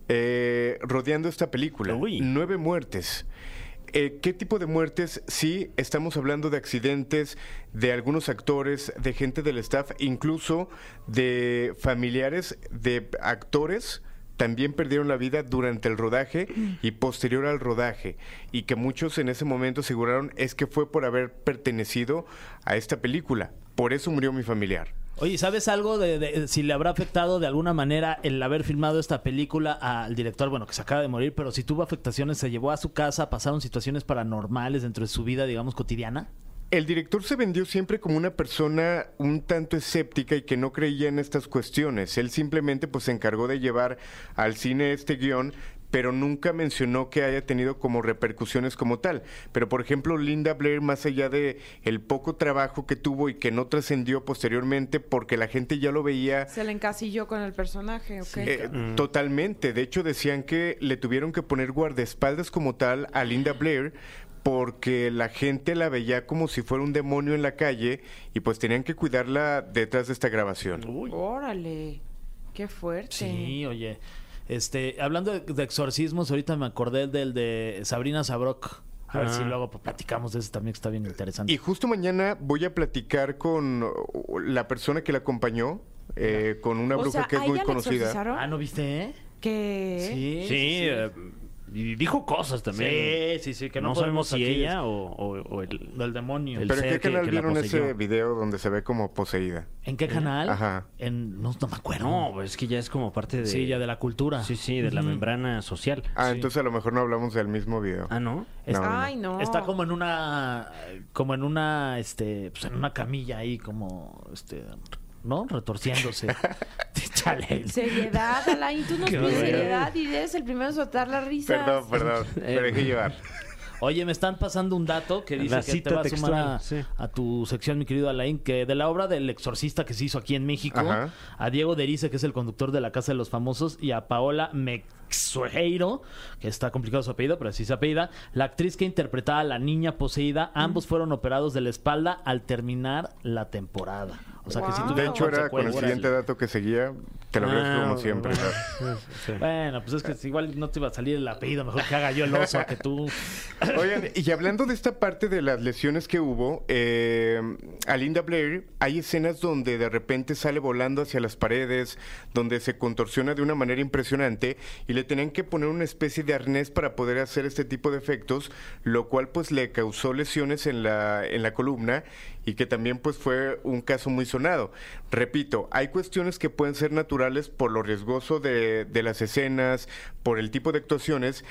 Speaker 7: eh, rodeando esta película.
Speaker 3: Uy.
Speaker 7: Nueve muertes. Eh, ¿Qué tipo de muertes? Sí, estamos hablando de accidentes, de algunos actores, de gente del staff, incluso de familiares de actores. También perdieron la vida durante el rodaje y posterior al rodaje. Y que muchos en ese momento aseguraron es que fue por haber pertenecido a esta película. Por eso murió mi familiar.
Speaker 4: Oye, ¿sabes algo de, de- si le habrá afectado de alguna manera el haber filmado esta película al director? Bueno, que se acaba de morir, pero si tuvo afectaciones, se llevó a su casa, pasaron situaciones paranormales dentro de su vida, digamos, cotidiana.
Speaker 7: El director se vendió siempre como una persona un tanto escéptica y que no creía en estas cuestiones. Él simplemente pues se encargó de llevar al cine este guión, pero nunca mencionó que haya tenido como repercusiones como tal. Pero por ejemplo, Linda Blair, más allá de el poco trabajo que tuvo y que no trascendió posteriormente porque la gente ya lo veía
Speaker 2: Se le encasilló con el personaje, ¿ok?
Speaker 7: eh, totalmente. De hecho, decían que le tuvieron que poner guardaespaldas como tal a Linda Blair porque la gente la veía como si fuera un demonio en la calle y pues tenían que cuidarla detrás de esta grabación.
Speaker 2: Órale, qué fuerte.
Speaker 4: Sí, oye. Este, hablando de, de exorcismos, ahorita me acordé del de Sabrina Sabrok. A ver
Speaker 3: Ah.
Speaker 4: si luego platicamos de ese también que está bien interesante.
Speaker 7: Y justo mañana voy a platicar con uh, la persona que la acompañó, eh, con una
Speaker 2: o
Speaker 7: bruja
Speaker 2: sea,
Speaker 7: que es
Speaker 2: ¿a
Speaker 7: muy
Speaker 2: ella la
Speaker 7: conocida. Ah,
Speaker 2: exorcizaron?
Speaker 4: Ah, ¿no viste? eh?
Speaker 2: ¿Qué?
Speaker 4: Sí.
Speaker 3: Sí, eh, Y dijo cosas también.
Speaker 4: Sí, sí, sí, que no,
Speaker 3: no sabemos
Speaker 4: podemos
Speaker 3: si
Speaker 4: aquí
Speaker 3: ella o, o- o el...
Speaker 4: Del demonio.
Speaker 3: el
Speaker 7: ¿Pero en
Speaker 3: ser
Speaker 7: qué
Speaker 3: que- que
Speaker 7: canal
Speaker 3: la
Speaker 7: vieron ese
Speaker 3: poseyó.
Speaker 7: video donde se ve como poseída?
Speaker 4: ¿En qué canal?
Speaker 7: Ajá.
Speaker 4: En, no, no me acuerdo.
Speaker 3: Ah, No, pues es que ya es como parte de...
Speaker 4: sí, ya de la cultura.
Speaker 3: Sí, sí, de la
Speaker 4: Ujú.
Speaker 3: membrana social.
Speaker 7: Ah, entonces a lo mejor no hablamos del mismo video.
Speaker 3: Ah, ¿no?
Speaker 4: Es-
Speaker 7: No, no.
Speaker 2: Ay, no.
Speaker 4: Está como en una, como en una, este, pues en una camilla ahí, como, este, ¿no? Retorciéndose. Chale.
Speaker 2: Seriedad, Alain, tú nos
Speaker 4: Qué
Speaker 2: pides
Speaker 4: bueno.
Speaker 2: seriedad y eres el primero en soltar la risa.
Speaker 7: Perdón, perdón. Me
Speaker 3: Eh,
Speaker 7: dejé llevar.
Speaker 4: Oye, me están pasando un dato que dice
Speaker 3: La
Speaker 4: que te
Speaker 3: cita
Speaker 4: va a sumar a,
Speaker 3: textual, sí.
Speaker 4: a tu sección, mi querido Alain, que de la obra del exorcista que se hizo aquí en México,
Speaker 7: Ajá.
Speaker 4: a Diego Derice, que es el conductor de la Casa de los Famosos, y a Paola Mexueiro, que está complicado su apellido, pero así se apellida, la actriz que interpretaba a la niña poseída, ambos fueron operados de la espalda al terminar la temporada. O sea que si
Speaker 2: Wow.
Speaker 4: tuvieron
Speaker 7: De hecho, era con el
Speaker 4: consecuencias.
Speaker 7: siguiente dato que seguía, te lo agradezco como siempre.
Speaker 4: Bueno, pues es que igual no te iba a salir el apellido, mejor que haga yo el oso que tú.
Speaker 7: Oigan, y hablando de esta parte de las lesiones que hubo, eh, a Linda Blair hay escenas donde de repente sale volando hacia las paredes, donde se contorsiona de una manera impresionante y le tenían que poner una especie de arnés para poder hacer este tipo de efectos, lo cual pues le causó lesiones en la, en la columna y que también pues fue un caso muy sonado. Repito, hay cuestiones que pueden ser naturales por lo riesgoso de, de las escenas, por el tipo de actuaciones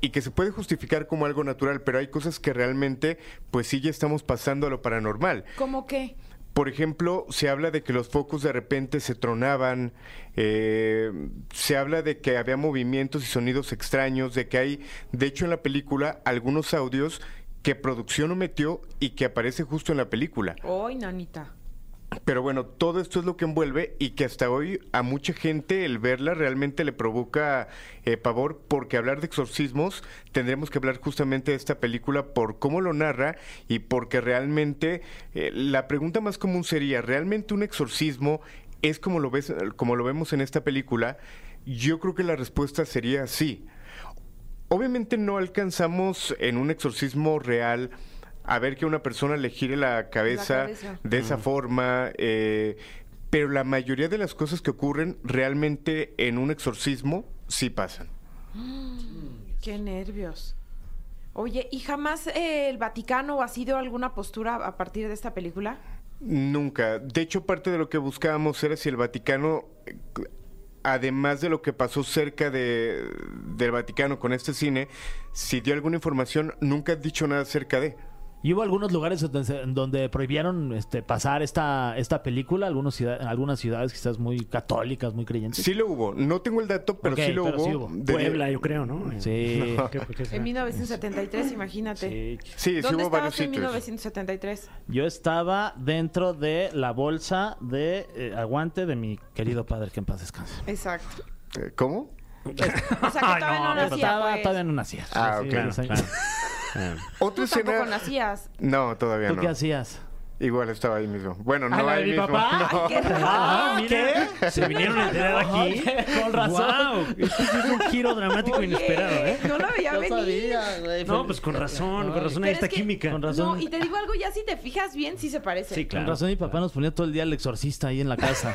Speaker 7: y que se puede justificar como algo natural, pero hay cosas que realmente, pues sí, ya estamos pasando a lo paranormal.
Speaker 2: ¿Cómo qué?
Speaker 7: Por ejemplo, se habla de que los focos de repente se tronaban, eh, se habla de que había movimientos y sonidos extraños, de que hay, de hecho en la película, algunos audios que producción omitió y que aparece justo en la película.
Speaker 2: Ay, nanita.
Speaker 7: Pero bueno, todo esto es lo que envuelve y que hasta hoy a mucha gente el verla realmente le provoca eh, pavor porque hablar de exorcismos tendremos que hablar justamente de esta película por cómo lo narra y porque realmente eh, la pregunta más común sería, ¿realmente un exorcismo es como lo, ves, como lo vemos en esta película? Yo creo que la respuesta sería sí. Obviamente no alcanzamos en un exorcismo real a ver que una persona le gire la cabeza,
Speaker 2: cabeza.
Speaker 7: de
Speaker 4: Mm.
Speaker 7: esa forma, eh, pero la mayoría de las cosas que ocurren realmente en un exorcismo sí pasan.
Speaker 2: Qué nervios. Oye, ¿y jamás eh, el Vaticano ha sido alguna postura a partir de esta película?
Speaker 7: Nunca. De hecho, parte de lo que buscábamos era si el Vaticano, eh, además de lo que pasó cerca de, del Vaticano con este cine, si dio alguna información, nunca ha dicho nada acerca de.
Speaker 4: Y hubo algunos lugares donde, se- donde prohibieron este, pasar esta, esta película, algunos ciudad- algunas ciudades quizás muy católicas, muy creyentes.
Speaker 7: Sí lo hubo. No tengo el dato, pero
Speaker 4: Ok,
Speaker 7: sí lo
Speaker 4: pero
Speaker 7: hubo.
Speaker 4: sí hubo.
Speaker 7: De-
Speaker 3: Puebla, yo creo, ¿no?
Speaker 4: Sí.
Speaker 3: ¿Qué- por qué será?
Speaker 2: En 1973, imagínate.
Speaker 4: Sí.
Speaker 7: Sí, sí
Speaker 2: ¿Dónde
Speaker 7: hubo varios
Speaker 2: estabas en
Speaker 7: sitios.
Speaker 2: 1973?
Speaker 4: Yo estaba dentro de la bolsa de eh, aguante de mi querido padre, que en paz descanse.
Speaker 2: Exacto.
Speaker 7: Eh, ¿Cómo?
Speaker 2: O sea, que todavía no,
Speaker 4: Pero
Speaker 2: nacía,
Speaker 4: estaba,
Speaker 2: pues.
Speaker 4: todavía no nacía.
Speaker 7: Ah, ok.
Speaker 4: diez años.
Speaker 7: Otra
Speaker 2: Tú tampoco
Speaker 7: escena.
Speaker 2: nacías.
Speaker 7: No, todavía
Speaker 4: ¿Tú
Speaker 7: no.
Speaker 4: qué hacías?
Speaker 7: Igual estaba ahí mismo. Bueno,
Speaker 4: ¿A
Speaker 7: no
Speaker 4: la de
Speaker 7: ahí
Speaker 4: mi
Speaker 7: mismo.
Speaker 4: papá?
Speaker 7: No.
Speaker 2: ¡Qué raro!
Speaker 3: Ah, mira, se vinieron a enterar aquí.
Speaker 4: Con razón.
Speaker 3: Wow, esto sí es un giro dramático
Speaker 2: Oye,
Speaker 3: inesperado, ¿eh?
Speaker 2: No lo veía venir.
Speaker 3: No, pues con razón, con razón hay
Speaker 2: Pero
Speaker 3: esta
Speaker 2: es que-
Speaker 3: química.
Speaker 4: Con razón.
Speaker 2: No, y te digo algo, ya si te fijas bien, sí se parece.
Speaker 3: Sí,
Speaker 4: Con
Speaker 3: claro.
Speaker 4: razón mi papá nos ponía todo el día el exorcista ahí en la casa.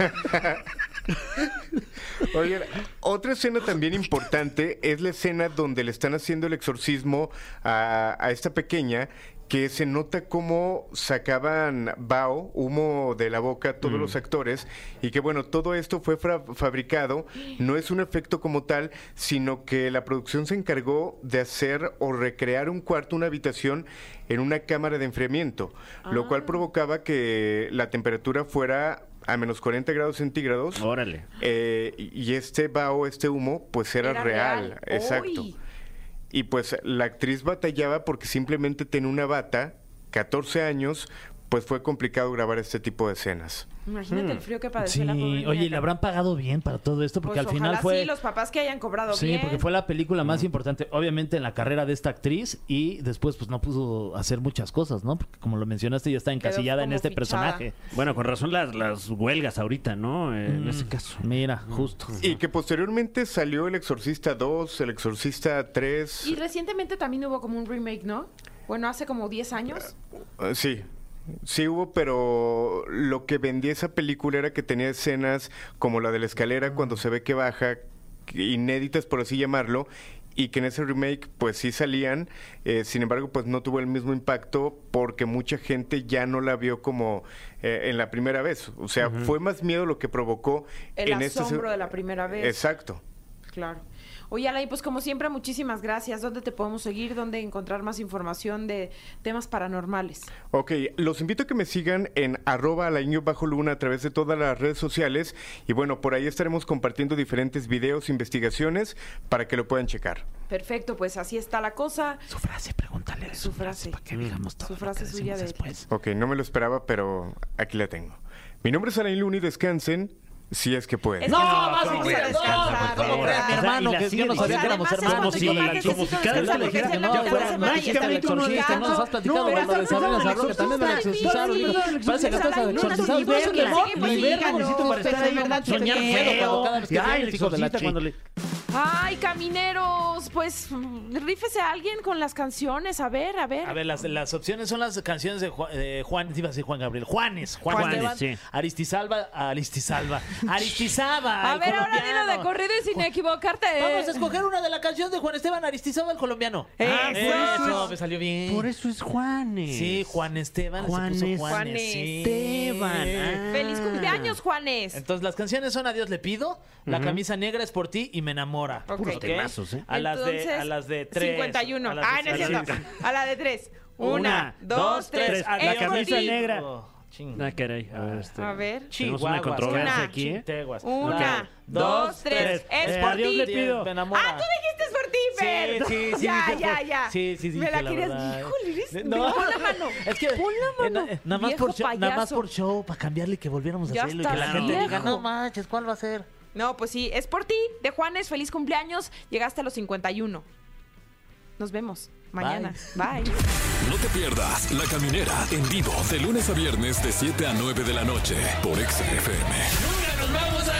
Speaker 7: Oigan, otra escena también importante es la escena donde le están haciendo el exorcismo a, a esta pequeña que se nota cómo sacaban bao, humo de la boca todos los actores y que bueno, todo esto fue fra- fabricado, no es un efecto como tal, sino que la producción se encargó de hacer o recrear un cuarto, una habitación en una cámara de enfriamiento, lo cual provocaba que la temperatura fuera a menos 40 grados centígrados.
Speaker 3: Órale.
Speaker 7: Eh, y y este vaho, este humo, pues era, real, exacto.
Speaker 2: Uy,
Speaker 7: Y pues la actriz batallaba porque simplemente tenía una bata, 14 años, pues fue complicado grabar este tipo de escenas.
Speaker 2: imagínate el frío que padeció
Speaker 4: Sí,
Speaker 2: la pobre niña.
Speaker 4: oye, ¿y ¿le habrán pagado bien para todo esto? Porque
Speaker 2: Pues
Speaker 4: al final
Speaker 2: ojalá
Speaker 4: fue...
Speaker 2: sí, los papás que hayan cobrado
Speaker 4: Sí,
Speaker 2: bien.
Speaker 4: porque fue la película más importante, obviamente, en la carrera de esta actriz y después pues no pudo hacer muchas cosas, ¿no? Porque como lo mencionaste, ya está encasillada en
Speaker 2: como
Speaker 4: este
Speaker 2: fichada.
Speaker 4: personaje.
Speaker 3: Bueno, con razón las, las huelgas ahorita, ¿no? Eh,
Speaker 4: Mm.
Speaker 3: En ese caso.
Speaker 4: Mira, justo.
Speaker 7: Y que posteriormente salió El Exorcista 2, El Exorcista 3.
Speaker 2: Y recientemente también hubo como un remake, ¿no? Bueno, hace como 10 años.
Speaker 7: Eh, Sí, sí hubo, pero lo que vendía esa película era que tenía escenas como la de la escalera cuando se ve que baja, inéditas por así llamarlo, y que en ese remake pues sí salían, eh, sin embargo pues no tuvo el mismo impacto porque mucha gente ya no la vio como eh, en la primera vez, o sea, fue más miedo lo que provocó
Speaker 2: El
Speaker 7: en esta se-
Speaker 2: asombro de la primera vez.
Speaker 7: Exacto.
Speaker 2: Claro. Oye, Alain, pues como siempre, muchísimas gracias. ¿Dónde te podemos seguir? ¿Dónde encontrar más información de temas paranormales?
Speaker 7: Ok, los invito a que me sigan en arroba alain bajo luna a través de todas las redes sociales y bueno, por ahí estaremos compartiendo diferentes videos, investigaciones para que lo puedan checar.
Speaker 2: Perfecto, pues así está la cosa.
Speaker 8: Su frase, pregúntale.
Speaker 2: Su frase.
Speaker 8: Para que digamos todo
Speaker 2: Su
Speaker 8: lo que
Speaker 2: frase suya
Speaker 8: decimos
Speaker 2: de-
Speaker 8: después.
Speaker 7: Ok, no me lo esperaba, pero aquí la tengo. Mi nombre es Alain Luna y descansen si es que pueden.
Speaker 2: Es que así
Speaker 4: vas a
Speaker 2: vamos
Speaker 4: creer,
Speaker 2: descansar,
Speaker 4: no, por favor.
Speaker 2: ¿verdad?
Speaker 4: O sea, hermano,
Speaker 3: y la
Speaker 4: que yo no
Speaker 2: O
Speaker 3: sigue
Speaker 4: sabía que
Speaker 2: sea,
Speaker 4: éramos
Speaker 2: además es
Speaker 4: hermanos.
Speaker 2: cuando yo pagué que sí son
Speaker 4: cada
Speaker 2: descansados, porque
Speaker 4: no,
Speaker 2: se
Speaker 4: ya
Speaker 2: nota semana y
Speaker 4: fueron
Speaker 2: está el
Speaker 4: mágicamente uno
Speaker 2: exorcista,
Speaker 4: exorcista, no nos has platicado,
Speaker 2: pero está
Speaker 4: cuando de Sabrina
Speaker 2: hablando del
Speaker 4: Sabrón, que también del
Speaker 2: exorcista,
Speaker 4: exorcizaron,
Speaker 2: sí,
Speaker 4: hijo.
Speaker 2: del
Speaker 4: Parece
Speaker 2: exorcista,
Speaker 4: que estás
Speaker 2: Alain, uno
Speaker 4: exorcizado,
Speaker 2: se lleva
Speaker 4: verlo,
Speaker 2: su clase,
Speaker 4: ni
Speaker 2: pues,
Speaker 4: verlo
Speaker 2: díganos,
Speaker 4: necesito para estar ahí,
Speaker 2: Fernando, que
Speaker 4: soñar
Speaker 2: te-
Speaker 4: feo, cuando cada vez que
Speaker 3: Ya,
Speaker 4: viene
Speaker 3: el
Speaker 4: el hijo de la
Speaker 3: exorcista
Speaker 4: chi-
Speaker 3: cuando le...
Speaker 2: Ay, camineros, pues mm, rífese a alguien con las canciones. A ver, a ver.
Speaker 4: A ver, las, las opciones son las canciones de Juan, de Juan iba a decir Juan Gabriel, Juanes, Juan
Speaker 3: Juanes,
Speaker 4: Esteban,
Speaker 3: sí.
Speaker 4: Aristizalba, Aristizalba, Aristizaba,
Speaker 2: A
Speaker 4: el
Speaker 2: ver, ahora
Speaker 4: colombiano.
Speaker 2: dilo de corrido y sin equivocarte.
Speaker 4: Vamos a escoger una de la canción de Juan Esteban Aristizaba, el colombiano.
Speaker 2: Eh,
Speaker 3: Ah, por eso
Speaker 4: eso,
Speaker 3: es-
Speaker 4: me salió bien.
Speaker 3: Por eso es Juanes.
Speaker 4: Sí, Juan Esteban. se puso
Speaker 3: Juan
Speaker 4: Juanes,
Speaker 3: Juanes
Speaker 4: sí.
Speaker 3: Esteban. ah.
Speaker 2: ¡Feliz cumpleaños, Juanes!
Speaker 4: Entonces, las canciones son Adiós le pido, La camisa negra es por ti y Me enamora.
Speaker 2: Ok.
Speaker 3: Puros
Speaker 2: Ok.
Speaker 3: temazos, ¿eh?
Speaker 4: A las de
Speaker 2: Entonces,
Speaker 4: a las de tres.
Speaker 2: 51.
Speaker 4: a las de
Speaker 2: Ah, no es
Speaker 4: tres.
Speaker 2: cierto. A la de 3. Una, dos, tres.
Speaker 4: Ah,
Speaker 3: La
Speaker 2: Es por
Speaker 3: camisa
Speaker 2: ti.
Speaker 3: negra.
Speaker 4: Oh, ching.
Speaker 3: Ah, caray. A ver, este-
Speaker 2: A ver.
Speaker 3: Tenemos una
Speaker 4: Chihuahuas,
Speaker 3: controversia
Speaker 2: Una.
Speaker 3: aquí, ¿eh?
Speaker 4: Teguas.
Speaker 2: Una,
Speaker 4: Ok.
Speaker 2: dos, tres. Es
Speaker 3: Eh,
Speaker 2: por
Speaker 3: adiós,
Speaker 2: ti.
Speaker 3: le pido.
Speaker 4: Me enamora.
Speaker 2: Ah, tú dijiste es por ti, Fer.
Speaker 4: Sí, sí, sí.
Speaker 2: Ya,
Speaker 4: dije
Speaker 2: ya,
Speaker 4: por-
Speaker 2: ya.
Speaker 4: Sí, sí, sí.
Speaker 2: Me la
Speaker 4: dije
Speaker 2: querías.
Speaker 4: verdad. Eh,
Speaker 2: Híjole, eres.
Speaker 4: No.
Speaker 2: Pon la mano.
Speaker 4: Es que
Speaker 2: Pon la
Speaker 4: eh, na-
Speaker 2: mano.
Speaker 4: eh, nada más
Speaker 2: viejo
Speaker 4: por show, nada más
Speaker 2: payaso.
Speaker 4: por show para cambiarle y que volviéramos a
Speaker 2: Ya
Speaker 4: hacerlo y que
Speaker 2: estás
Speaker 4: la gente diga,
Speaker 2: viejo.
Speaker 4: "No manches, ¿cuál va a ser?"
Speaker 2: No, pues sí, es por ti. De Juanes, feliz cumpleaños. Llegaste a los 51. Nos vemos mañana. Bye.
Speaker 1: No te pierdas La Caminera en vivo de lunes a viernes de 7 a 9 de la noche por Exa FM.
Speaker 4: Nunca nos vamos a